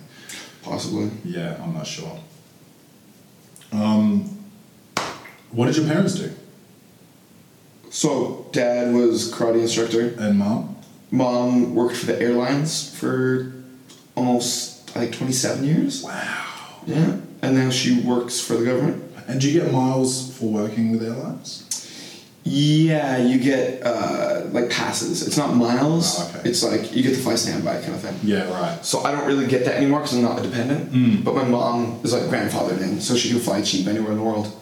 Possibly. Yeah, I'm not sure. Um, what did your parents do? So dad was karate instructor. And mom? Mom worked for the airlines for almost like 27 years. Wow. Yeah. And now she works for the government. And do you get miles for working with airlines? Yeah, you get uh, like passes. It's not miles. Oh, okay. It's like you get to fly standby kind of thing. Yeah, right. So I don't really get that anymore because I'm not a dependent. But my mom is like grandfathered in, so she can fly cheap anywhere in the world.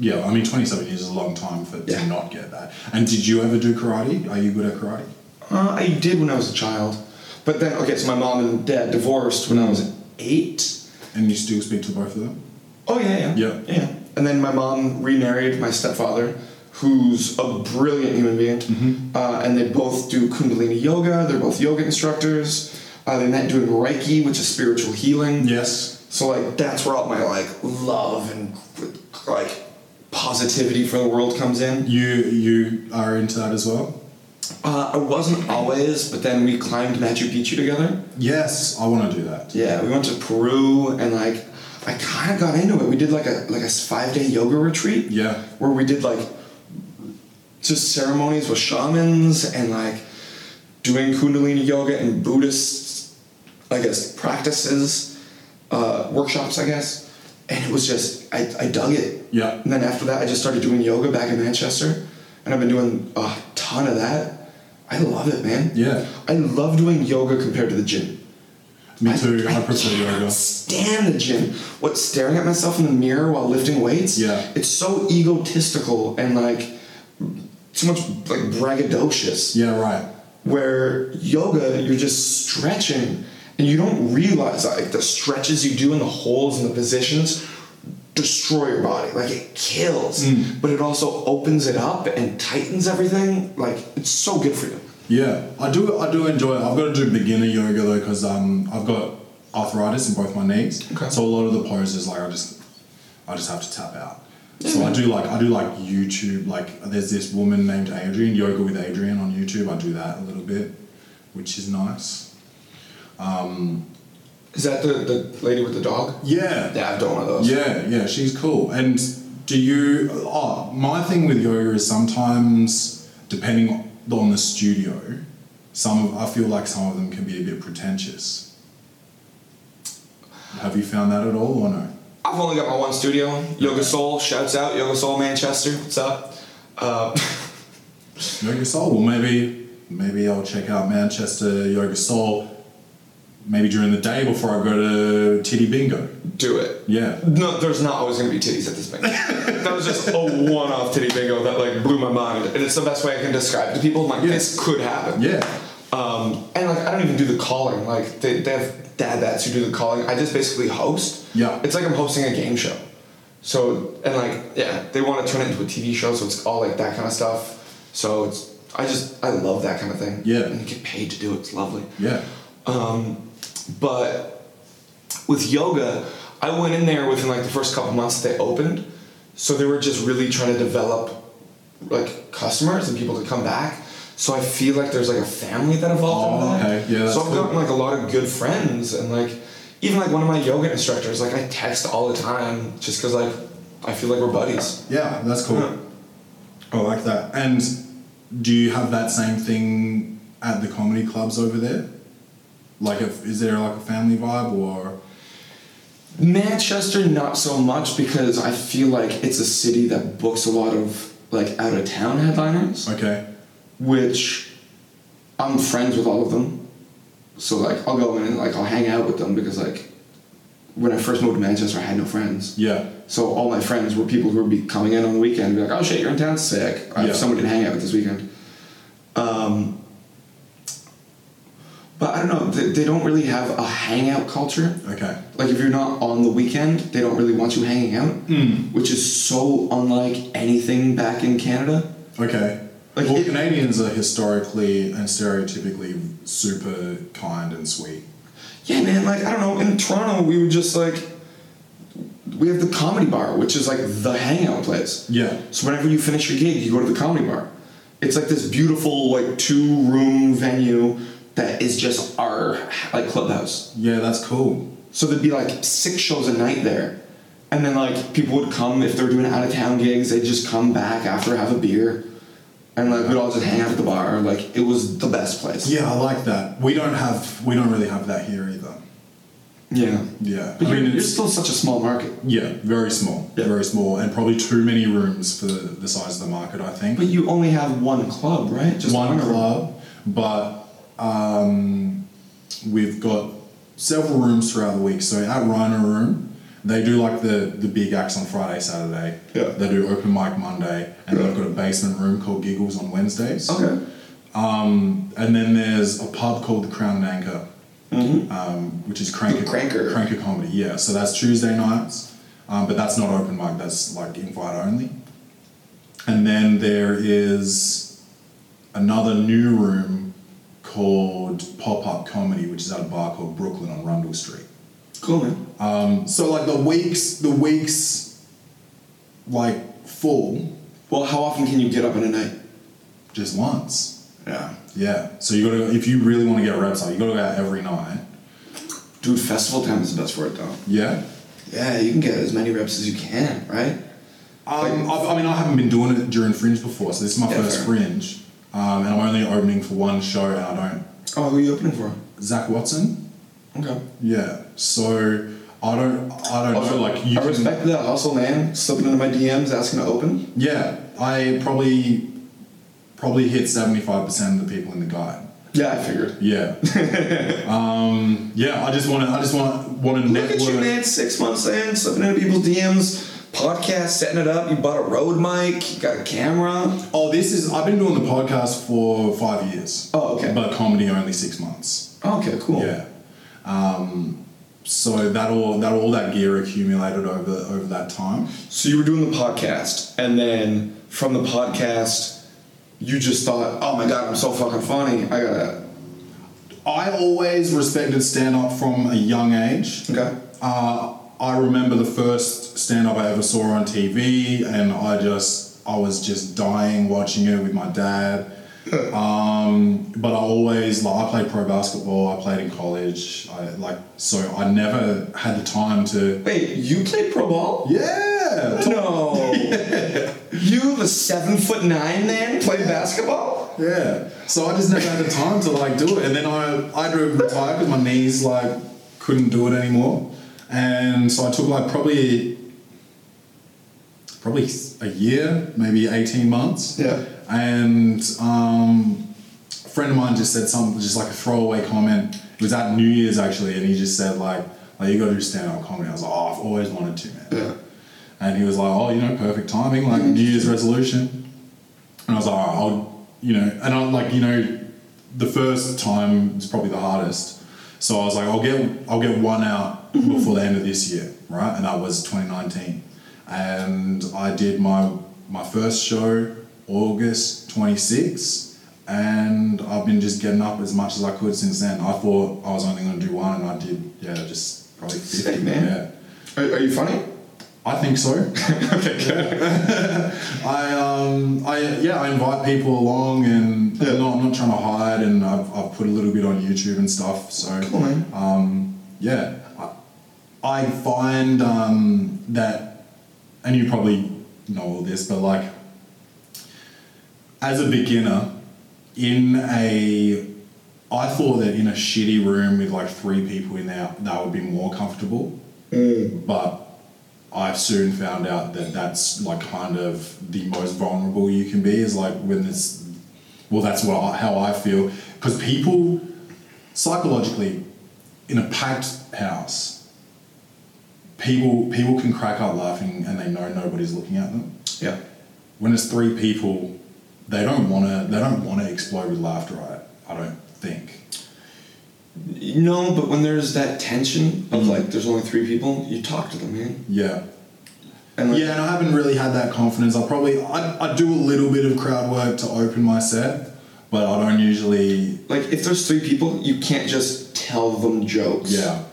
Yeah, I mean, 27 years is a long time for Yeah. to not get that. And did you ever do karate? Are you good at karate? Uh, I did when I was a child, but then okay, so my mom and dad divorced when I was eight. And you still speak to both of them? Oh yeah, yeah, Yeah. yeah. and then my mom remarried my stepfather, who's a brilliant human being. Uh, and they both do Kundalini yoga. They're both yoga instructors. Uh, they met doing Reiki, which is spiritual healing. Yes. So like that's where all my like love and like positivity for the world comes in. You you are into that as well. Uh, I wasn't always, but then we climbed Machu Picchu together. Yes, I want to do that. Yeah, we went to Peru and like I kind of got into it. We did like a like a five day yoga retreat. Yeah. where we did like just ceremonies with shamans and like doing Kundalini yoga and Buddhist, I guess practices, uh, workshops, I guess. And it was just I, I dug it. Yeah. And then after that, I just started doing yoga back in Manchester, and I've been doing a ton of that. I love it, man. Yeah. I love doing yoga compared to the gym. Me too. I, prefer can't yoga. Stand the gym. What staring at myself in the mirror while lifting weights? Yeah. It's so egotistical and like so much like braggadocious. Yeah, right. Where yoga, you're just stretching and you don't realize like the stretches you do and the holds and the positions destroy your body. Like it kills. Mm. But it also opens it up and tightens everything. Like it's so good for you. Yeah, I do. I do enjoy. It. I've got to do beginner yoga though, because um, I've got arthritis in both my knees. Okay. So a lot of the poses, like I just, I just have to tap out. So I do like I do like YouTube. Like there's this woman named Adrian, Yoga with Adrian on YouTube. I do that a little bit, which is nice. Is that the, the lady with the dog? Yeah. Yeah, I've done one of those. Yeah, yeah, she's cool. And do you? Oh, my thing with yoga is sometimes, depending on the studio, some of, I feel like some of them can be a bit pretentious. Have you found that at all, or no? I've only got my one studio, Yoga Soul. Shouts out, Yoga Soul Manchester. What's up? Uh, Yoga Soul. Well, maybe, maybe I'll check out Manchester Yoga Soul. Maybe during the day before I go to Titty Bingo. do it. Yeah. No, there's not always gonna be titties at this bingo. that was just a one-off titty bingo that like blew my mind, and it's the best way I can describe to people. Like this could happen. Yeah. Um, and like I don't even do the calling. Like they, they have dad dads who do the calling. I just basically host. Yeah. It's like I'm hosting a game show. So and like yeah, they want to turn it into a TV show, so it's all like that kind of stuff. So it's I just I love that kind of thing. Yeah. And you get paid to do it. It's lovely. Yeah. But with yoga, I went in there within like the first couple months they opened. So they were just really trying to develop like customers and people to come back. So I feel like there's like a family that evolved. Oh, out of that. okay. Yeah, that's So I've cool. gotten like a lot of good friends and like even like one of my yoga instructors, like I text all the time just because like I feel like we're buddies. Yeah, that's cool. Yeah. Oh, I like that. And do you have that same thing at the comedy clubs over there? Like, if, is there like a family vibe or? Manchester, not so much because I feel like it's a city that books a lot of like out of town headliners. Okay. which I'm friends with all of them. So like I'll go in and like I'll hang out with them because like when I first moved to Manchester I had no friends. Yeah. So all my friends were people who would be coming in on the weekend and be like, oh shit, you're in town sick. I Yeah. have somebody to hang out with this weekend. Um, but I don't know, they, they don't really have a hangout culture. Okay. Like if you're not on the weekend, they don't really want you hanging out, Mm. which is so unlike anything back in Canada. Okay. Like, well, it- Canadians are historically and stereotypically super kind and sweet. yeah, man, like, I don't know, in Toronto, we would just like, we have the comedy bar, which is like the hangout place. Yeah. So whenever you finish your gig, you go to the comedy bar. It's like this beautiful, like, two room venue that is just our, like, clubhouse. Yeah, that's cool. So there'd be like six shows a night there. And then, like, people would come if they were doing out of town gigs, they'd just come back after, have a beer. And, like, we'd all just hang out at the bar. Like, it was the best place. Yeah, I like that. We don't have, we don't really have that here either. Yeah. Yeah. But I mean, you're, you're it's- still such a small market. Yeah, very small. Yeah. Very small, and probably too many rooms for the size of the market, I think. But you only have one club, right? Just one room. club, but um, we've got several rooms throughout the week. So at Rhino Room, they do like the, the big acts on Friday, Saturday. Yeah. They do open mic Monday, and they've got a basement room called Giggles on Wednesdays. Okay. Um, and then there's a pub called the Crown and Anchor, um, which is Cranker, The Cranker. Cranker Comedy. Yeah, so that's Tuesday nights. um, but that's not open mic. That's like invite only. And then there is another new room called Pop Up Comedy, which is at a bar called Brooklyn on Rundle Street. Cool, man. So like the weeks, the weeks, like full, Well, how often can you get up in a night? just once. Yeah. Yeah. So you gotta if you really want to get reps out, you gotta go out every night. Dude, festival time is the best for it, though. Yeah. Yeah, you can get as many reps as you can, right? Um, I've, I mean, I haven't been doing it during Fringe before, so this is my Yeah, first fair. Fringe, um, and I'm only opening for one show, and I don't. Oh, who are you opening for? Zach Watson. Okay. Yeah. So I don't. I don't Also, know. Like you I can- respect that hustle, man. Slipping into my DMs, asking to open. Yeah, I probably probably hit seventy five percent of the people in the guide. Yeah, I figured. Yeah. um, yeah, I just want to. I just want want to Look at network. you, man. Six months in, slipping into people's DMs, podcast, setting it up. You bought a road mic, you got a camera. Oh, this is. I've been doing the podcast for five years. Oh, okay. But comedy only six months. Okay, cool. Yeah. Um, so that all that all that gear accumulated over over that time. So you were doing the podcast, and then from the podcast, you just thought, "Oh my god, I'm so fucking funny. I gotta." I always respected stand up from a young age. Okay. Uh, I remember the first stand up I ever saw on TV, and I just, I was just dying watching it with my dad. um, but I always, like, I played pro basketball, I played in college, I, like, so I never had the time to. Wait, you played pro ball? Yeah! t- No. You, the seven foot nine man, played basketball? Yeah. So I just never had the time to, like, do it. And then I, I had to retire because my knees, like, couldn't do it anymore. And so I took, like, probably. Probably a year, maybe 18 months. Yeah. and um, a friend of mine just said something, just like a throwaway comment. It was at New Year's actually, and he just said like, "Like you got to do stand up comedy." I was like, "Oh, I've always wanted to, man." Yeah. And he was like, "Oh, you know, perfect timing, like New Year's resolution." And I was like, "Alright, "I'll, you know," and I'm like, you know, the first time is probably the hardest. So I was like, "I'll get, I'll get one out before the end of this year, right?" And that was 2019, and I did my my first show August 26, and I've been just getting up as much as I could since then. I thought I was only going to do one, and I did, yeah, just probably 50, Sick, man. yeah. Are, are you funny? I think so. I um I yeah I invite people along and I'm not I'm not trying to hide and I've, I've put a little bit on YouTube and stuff so Cool, man. yeah I, I find um that and you probably know all this but like as a beginner in a I thought that in a shitty room with like three people in there that would be more comfortable but I've soon found out that that's like kind of the most vulnerable you can be is like when this well that's what I, how I feel because people psychologically in a packed house people people can crack up laughing and they know nobody's looking at them yeah. when it's three people they don't want to they don't want to explode with laughter I, I don't think No, but when there's that tension of like, there's only three people, you talk to them, man. yeah And like, Yeah, and I haven't really had that confidence. I probably I, I do a little bit of crowd work to open my set, but I don't usually. like if there's three people, you can't just tell them jokes. Yeah,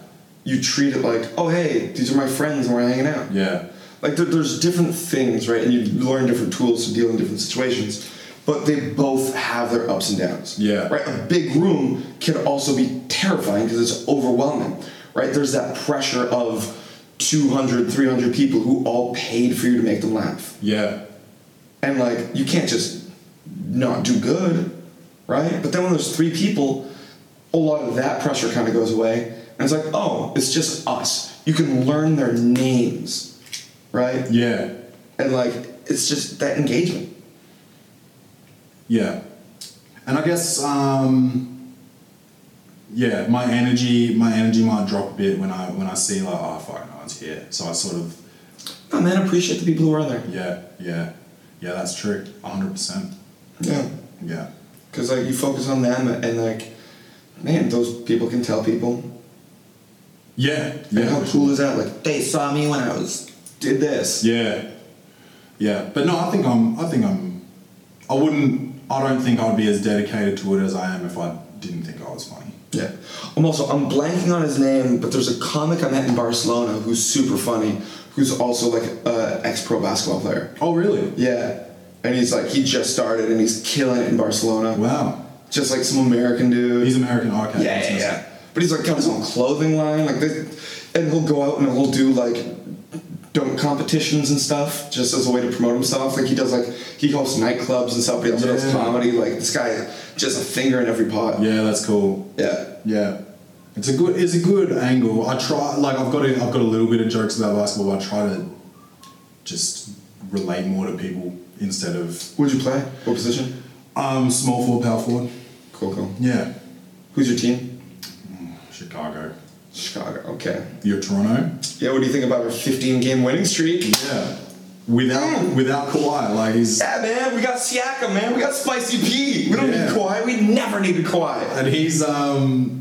You treat it like, oh hey, these are my friends and we're hanging out. yeah, Like there, there's different things, right? And you learn different tools to deal in different situations, but they both have their ups and downs. Yeah. Right. A big room can also be terrifying because it's overwhelming, right? There's that pressure of 200, 300 people who all paid for you to make them laugh, yeah, and like you can't just not do good, right? But then when there's three people, a lot of that pressure kind of goes away, and it's like, oh, it's just us. You can learn their names, right? yeah, and like it's just that engagement. yeah. And I guess um, yeah, my energy my energy might drop a bit when I when I see like oh fuck no one's here. So I sort of Oh man, appreciate the people who are there. yeah yeah yeah that's true hundred percent Yeah, yeah because like you focus on them, and like man, those people can tell people. yeah And yeah how cool is that? Like they saw me when I was did this. Yeah, yeah. But no, I think I'm. I think I'm. I wouldn't. I don't think I'd be as dedicated to it as I am if I didn't think I was funny. Yeah. I'm also I'm blanking on his name, but there's a comic I met in Barcelona who's super funny, who's also like a ex-pro basketball player. Oh, really? Yeah. And he's like he just started and he's killing it in Barcelona. Wow. Just like some American dude. He's American. Oh, okay. yeah, That's yeah, nice. yeah. But he's like got his own clothing line, like this, and he'll go out and he'll do like dunk competitions and stuff just as a way to promote himself. Like he does like he hosts nightclubs and stuff, but he also does Yeah. comedy. Like this guy just a finger in every pot. Yeah, that's cool. yeah. Yeah. It's a good. It's a good angle. I try. Like I've got. A, I've got a little bit of jokes about basketball. But I try to just relate more to people instead of Who'd you play? What position? um small forward, power forward. Cool, cool. Yeah. Who's your team? Chicago. Chicago. Okay. You're Toronto. Yeah. What do you think about our 15 game winning streak? Yeah. Without without Kawhi, like he's Yeah, man. We got Siakam, man. We got Spicy P. We don't Yeah. need Kawhi. We never needed Kawhi. and he's um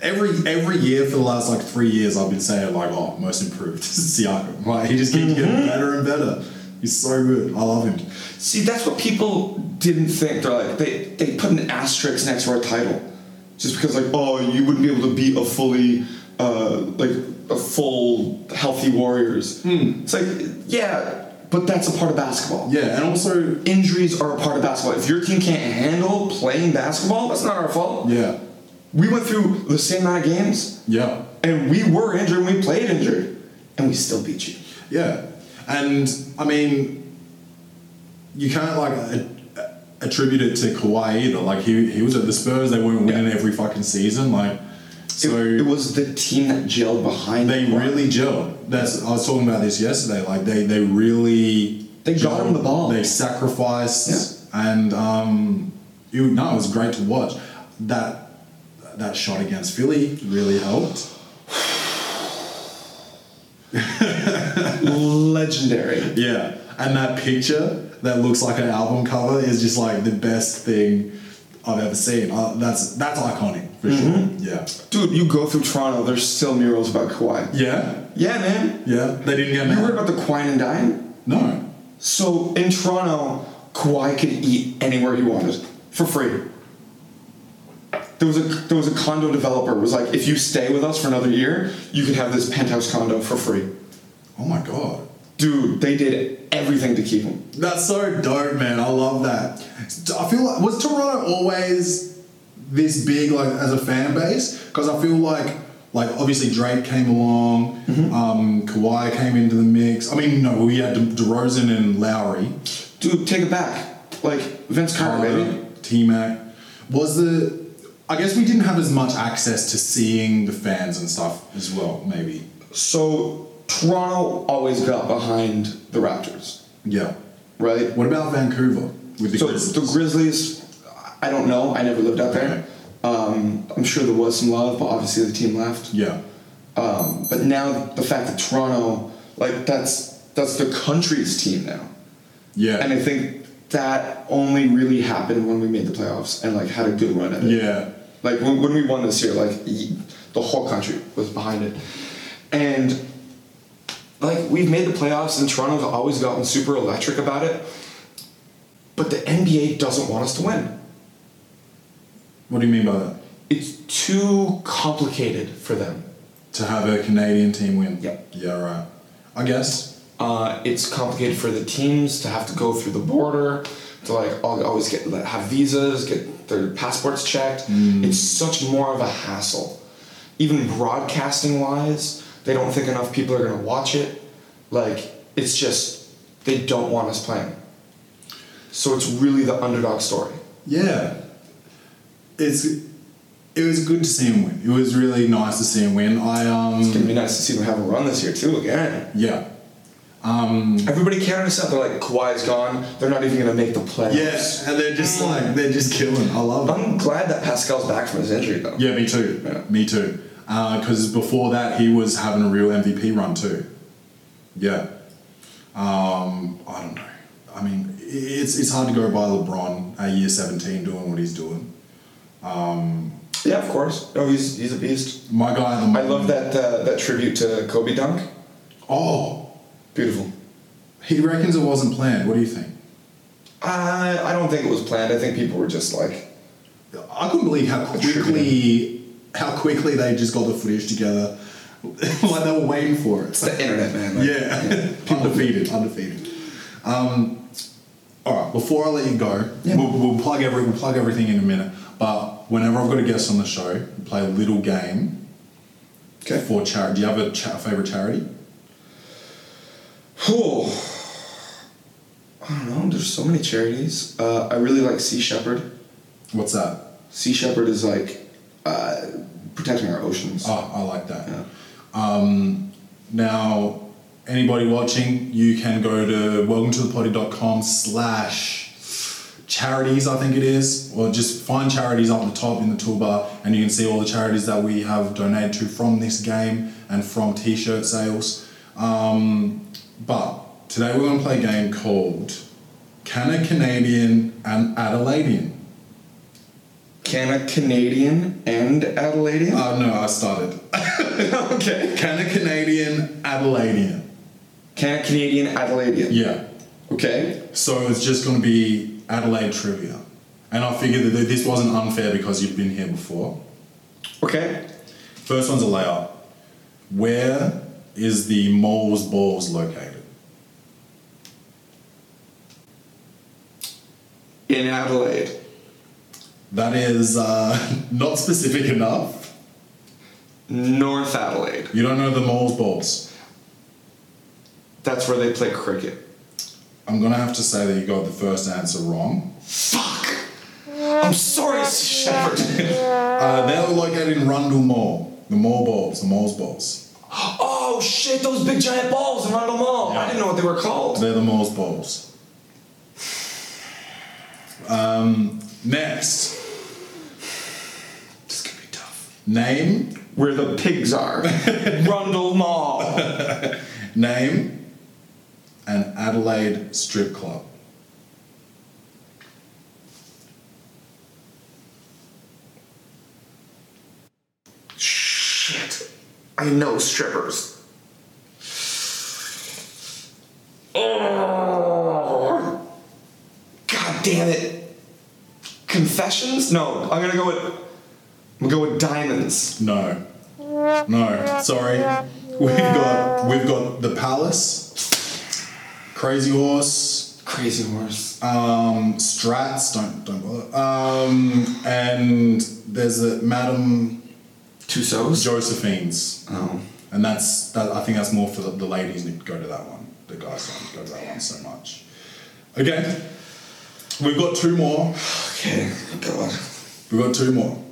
every every year for the last like three years I've been saying like oh most improved Siakam like he just keeps getting better and better. He's so good. I love him. See, that's what people didn't think. They're like, they they put an asterisk next to our title, just because like, oh, you wouldn't be able to beat a fully, uh, like a full healthy Warriors. It's like, yeah, but that's a part of basketball. Hmm. Yeah, and also injuries are a part of basketball. If your team can't handle playing basketball, that's not our fault. yeah We went through the same amount of games, yeah and we were injured, and we played injured, and we still beat you. yeah and I mean you can't like a- attribute it to Kawhi either. Like he he was at the Spurs. They weren't winning every fucking season. Like so it, it was the team that gelled behind. they Kawhi. really gelled. That's I was talking about this yesterday. Like they they really They got him the ball. They sacrificed and um, it, no, it was great to watch. That that shot against Philly really helped. legendary. Yeah, and that picture that looks like an album cover is just like the best thing I've ever seen. Uh, that's that's iconic for sure. Yeah. Dude, you go through Toronto, there's still murals about Kawhi. Yeah. Yeah, man. Yeah. They didn't get You heard mad. about the Quine and Dine? No. So in Toronto, Kawhi could eat anywhere he wanted for free. There was a there was a condo developer was like, if you stay with us for another year, you can have this penthouse condo for free. Oh my god. Dude, they did everything to keep him. That's so dope, man. I love that. I feel like was Toronto always this big, like as a fan base? Because I feel like, like obviously Drake came along, um, Kawhi came into the mix. I mean, no, we had De- DeRozan and Lowry, Dude, take it back. Like Vince Carter, baby. T Mac. Was the I guess we didn't have as much access to seeing the fans and stuff as well. Maybe, So Toronto always got behind the Raptors, yeah. right? What about Vancouver with the So Grizzlies? the Grizzlies, I don't know. I never lived out there. Um, I'm sure there was some love, but obviously the team left. yeah, Um, but now the fact that Toronto, like that's that's the country's team now, yeah. and I think that only really happened when we made the playoffs and like had a good run at it. yeah, Like when, when we won this year, like y- the whole country was behind it, and like we've made the playoffs, and Toronto's always gotten super electric about it. But the NBA doesn't want us to win. what do you mean by that? It's too complicated for them. To have a Canadian team win. Yep. Yeah, right. I guess. Uh, it's complicated for the teams to have to go through the border to like al- always get like, have visas, get their passports checked. It's such more of a hassle. Even broadcasting wise, they don't think enough people are gonna watch it. Like it's just they don't want us playing. So it's really the underdog story. Yeah. It's it was good to see him win. It was really nice to see him win. I um It'd be nice to see them have a run this year too again. yeah. Everybody counted us out. They're like Kawhi's gone. They're not even gonna make the playoffs. Yeah, and they're just like they're just killing. I love it. I'm glad that Pascal's back from his injury though. Yeah, me too. Yeah. Me too. Because before that, he was having a real MVP run too. Yeah. Um, I don't know. I mean, i- it's it's hard to go by LeBron at year seventeen doing what he's doing. Yeah, of course. Oh, he's he's a beast. My guy. At the I moment, love that uh, that tribute to Kobe dunk. Oh, Beautiful. He reckons it wasn't planned. What do you think? I, I don't think it was planned. I think people were just like, I couldn't believe how quickly how quickly they just got the footage together. like they were waiting for it. it's the internet, man. Like, yeah, undefeated, undefeated. Um, all right. Before I let you go, we'll, we'll plug every we'll plug everything in a minute. But whenever I've got a guest on the show, we play a little game Okay. for charity. Do you have a cha- favorite charity? Cool. I don't know. There's so many charities. Uh, I really like Sea Shepherd. What's that? Sea Shepherd is like uh, protecting our oceans. Oh, I like that. Um, now, anybody watching, you can go to welcometothepotty.com slash charities, I think it is, or just find charities up the top in the toolbar, and you can see all the charities that we have donated to from this game and from t-shirt sales. Um, but today we're going to play a game called Can a Canadian and Adelaidean? Can a Canadian and Adelaidean? Oh, no, I started. okay. Can a Canadian Adelaidean? Can a Canadian Adelaidean? Yeah. Okay. So it's just going to be Adelaide trivia. And I figured that this wasn't unfair because you've been here before. Okay. First one's a layup. Where is the Moles Balls located? In Adelaide. That is uh, not specific enough. North Adelaide. You don't know the Moles Balls. That's where they play cricket. I'm going to have to say that you got the first answer wrong. Fuck! I'm sorry, Sea Shepherd. Uh, they're located in Rundle Mall. The Mole Balls, the Moles Balls. oh shit, those big giant balls in Rundle Mall. I didn't know what they were called. They're the Moles Balls. Um, next. This could be tough. Name, Where the pigs are. Rundle Mall. name, an Adelaide strip club. Shit. I know strippers. Oh. God damn it. Confessions? No, I'm gonna go with. I'm gonna go with diamonds. No, no, sorry. We've got we've got the Palace, Crazy Horse, Crazy horse. Uh, um, Strats. Don't don't bother. Um, and there's a Madam Two so's? Josephine's, Oh. and that's that, I think that's more for the, the ladies to go to that one. The guys don't go to that one so much. Okay, we've got two more. Okay. God. We've got two more.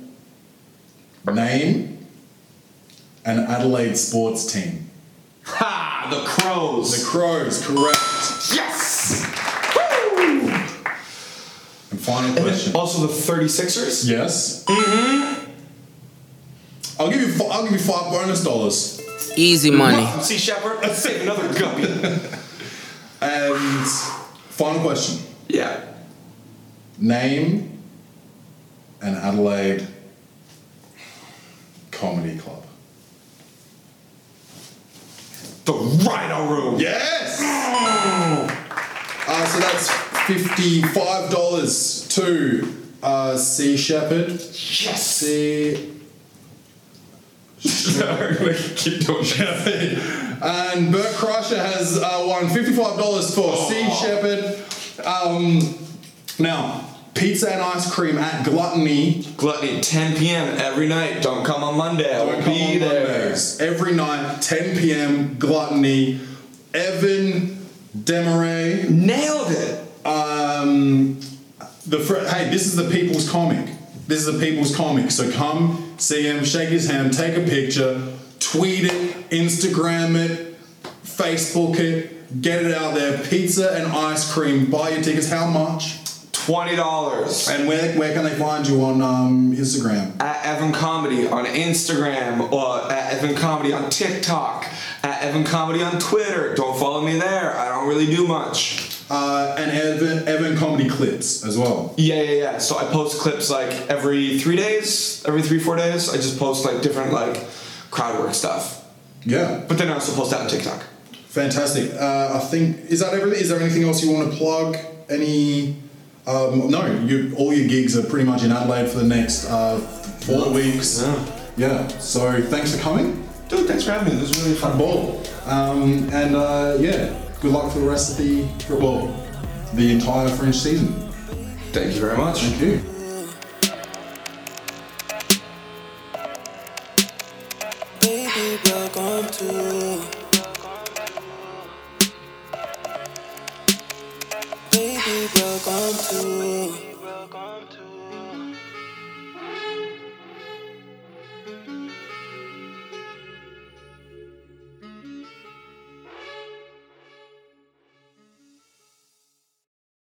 Name an Adelaide sports team. Ha! The crows. The Crows, correct. Yes! Woo! And final And question. then also the 36ers? Yes. Mm-hmm. I'll give you. Five, I'll give you five bonus dollars. Easy money. See, Shepard, let's save another guppy. And final question. yeah. Name an Adelaide comedy club. The Rhino Room. Yes. Uh, so that's fifty-five dollars to uh, C Shepherd. Yes! C. Keep doing that. And Bert Kreischer has uh, won $55 for Sea Shepherd. Um, now, pizza and ice cream at Gluttony. Gluttony, 10 p.m. every night. Don't come on Monday. I will Don't come on be there. Mondays. Every night, 10 p.m., Gluttony. Evan Demaray. Nailed it. Um, the fr- hey, this is the people's comic. This is the people's comic. So come, see him, shake his hand, take a picture, tweet it, Instagram it, Facebook it, get it out there. Pizza and ice cream. Buy your tickets. How much? $20 And where, where can they find you on um, Instagram? at Evan Comedy on Instagram or at Evan Comedy on TikTok, at Evan Comedy on Twitter. Don't follow me there. I don't really do much. Uh, and Evan, Evan comedy clips as well. Yeah, yeah, yeah. So I post clips like every three days, every three, four days. I just post like different like crowd work stuff. Yeah. But then I also post that on TikTok. Fantastic. Uh, I think is that everything. Is there anything else you want to plug? Any? Um, no. You all your gigs are pretty much in Adelaide for the next uh, four weeks. Yeah. Yeah. So thanks for coming. Dude, thanks for having me. This was really fun. Ball. Um, and uh, yeah, good luck for the rest of the well, the entire French season. Thank you very much. Thank you. Baby, welcome to. Baby, welcome to.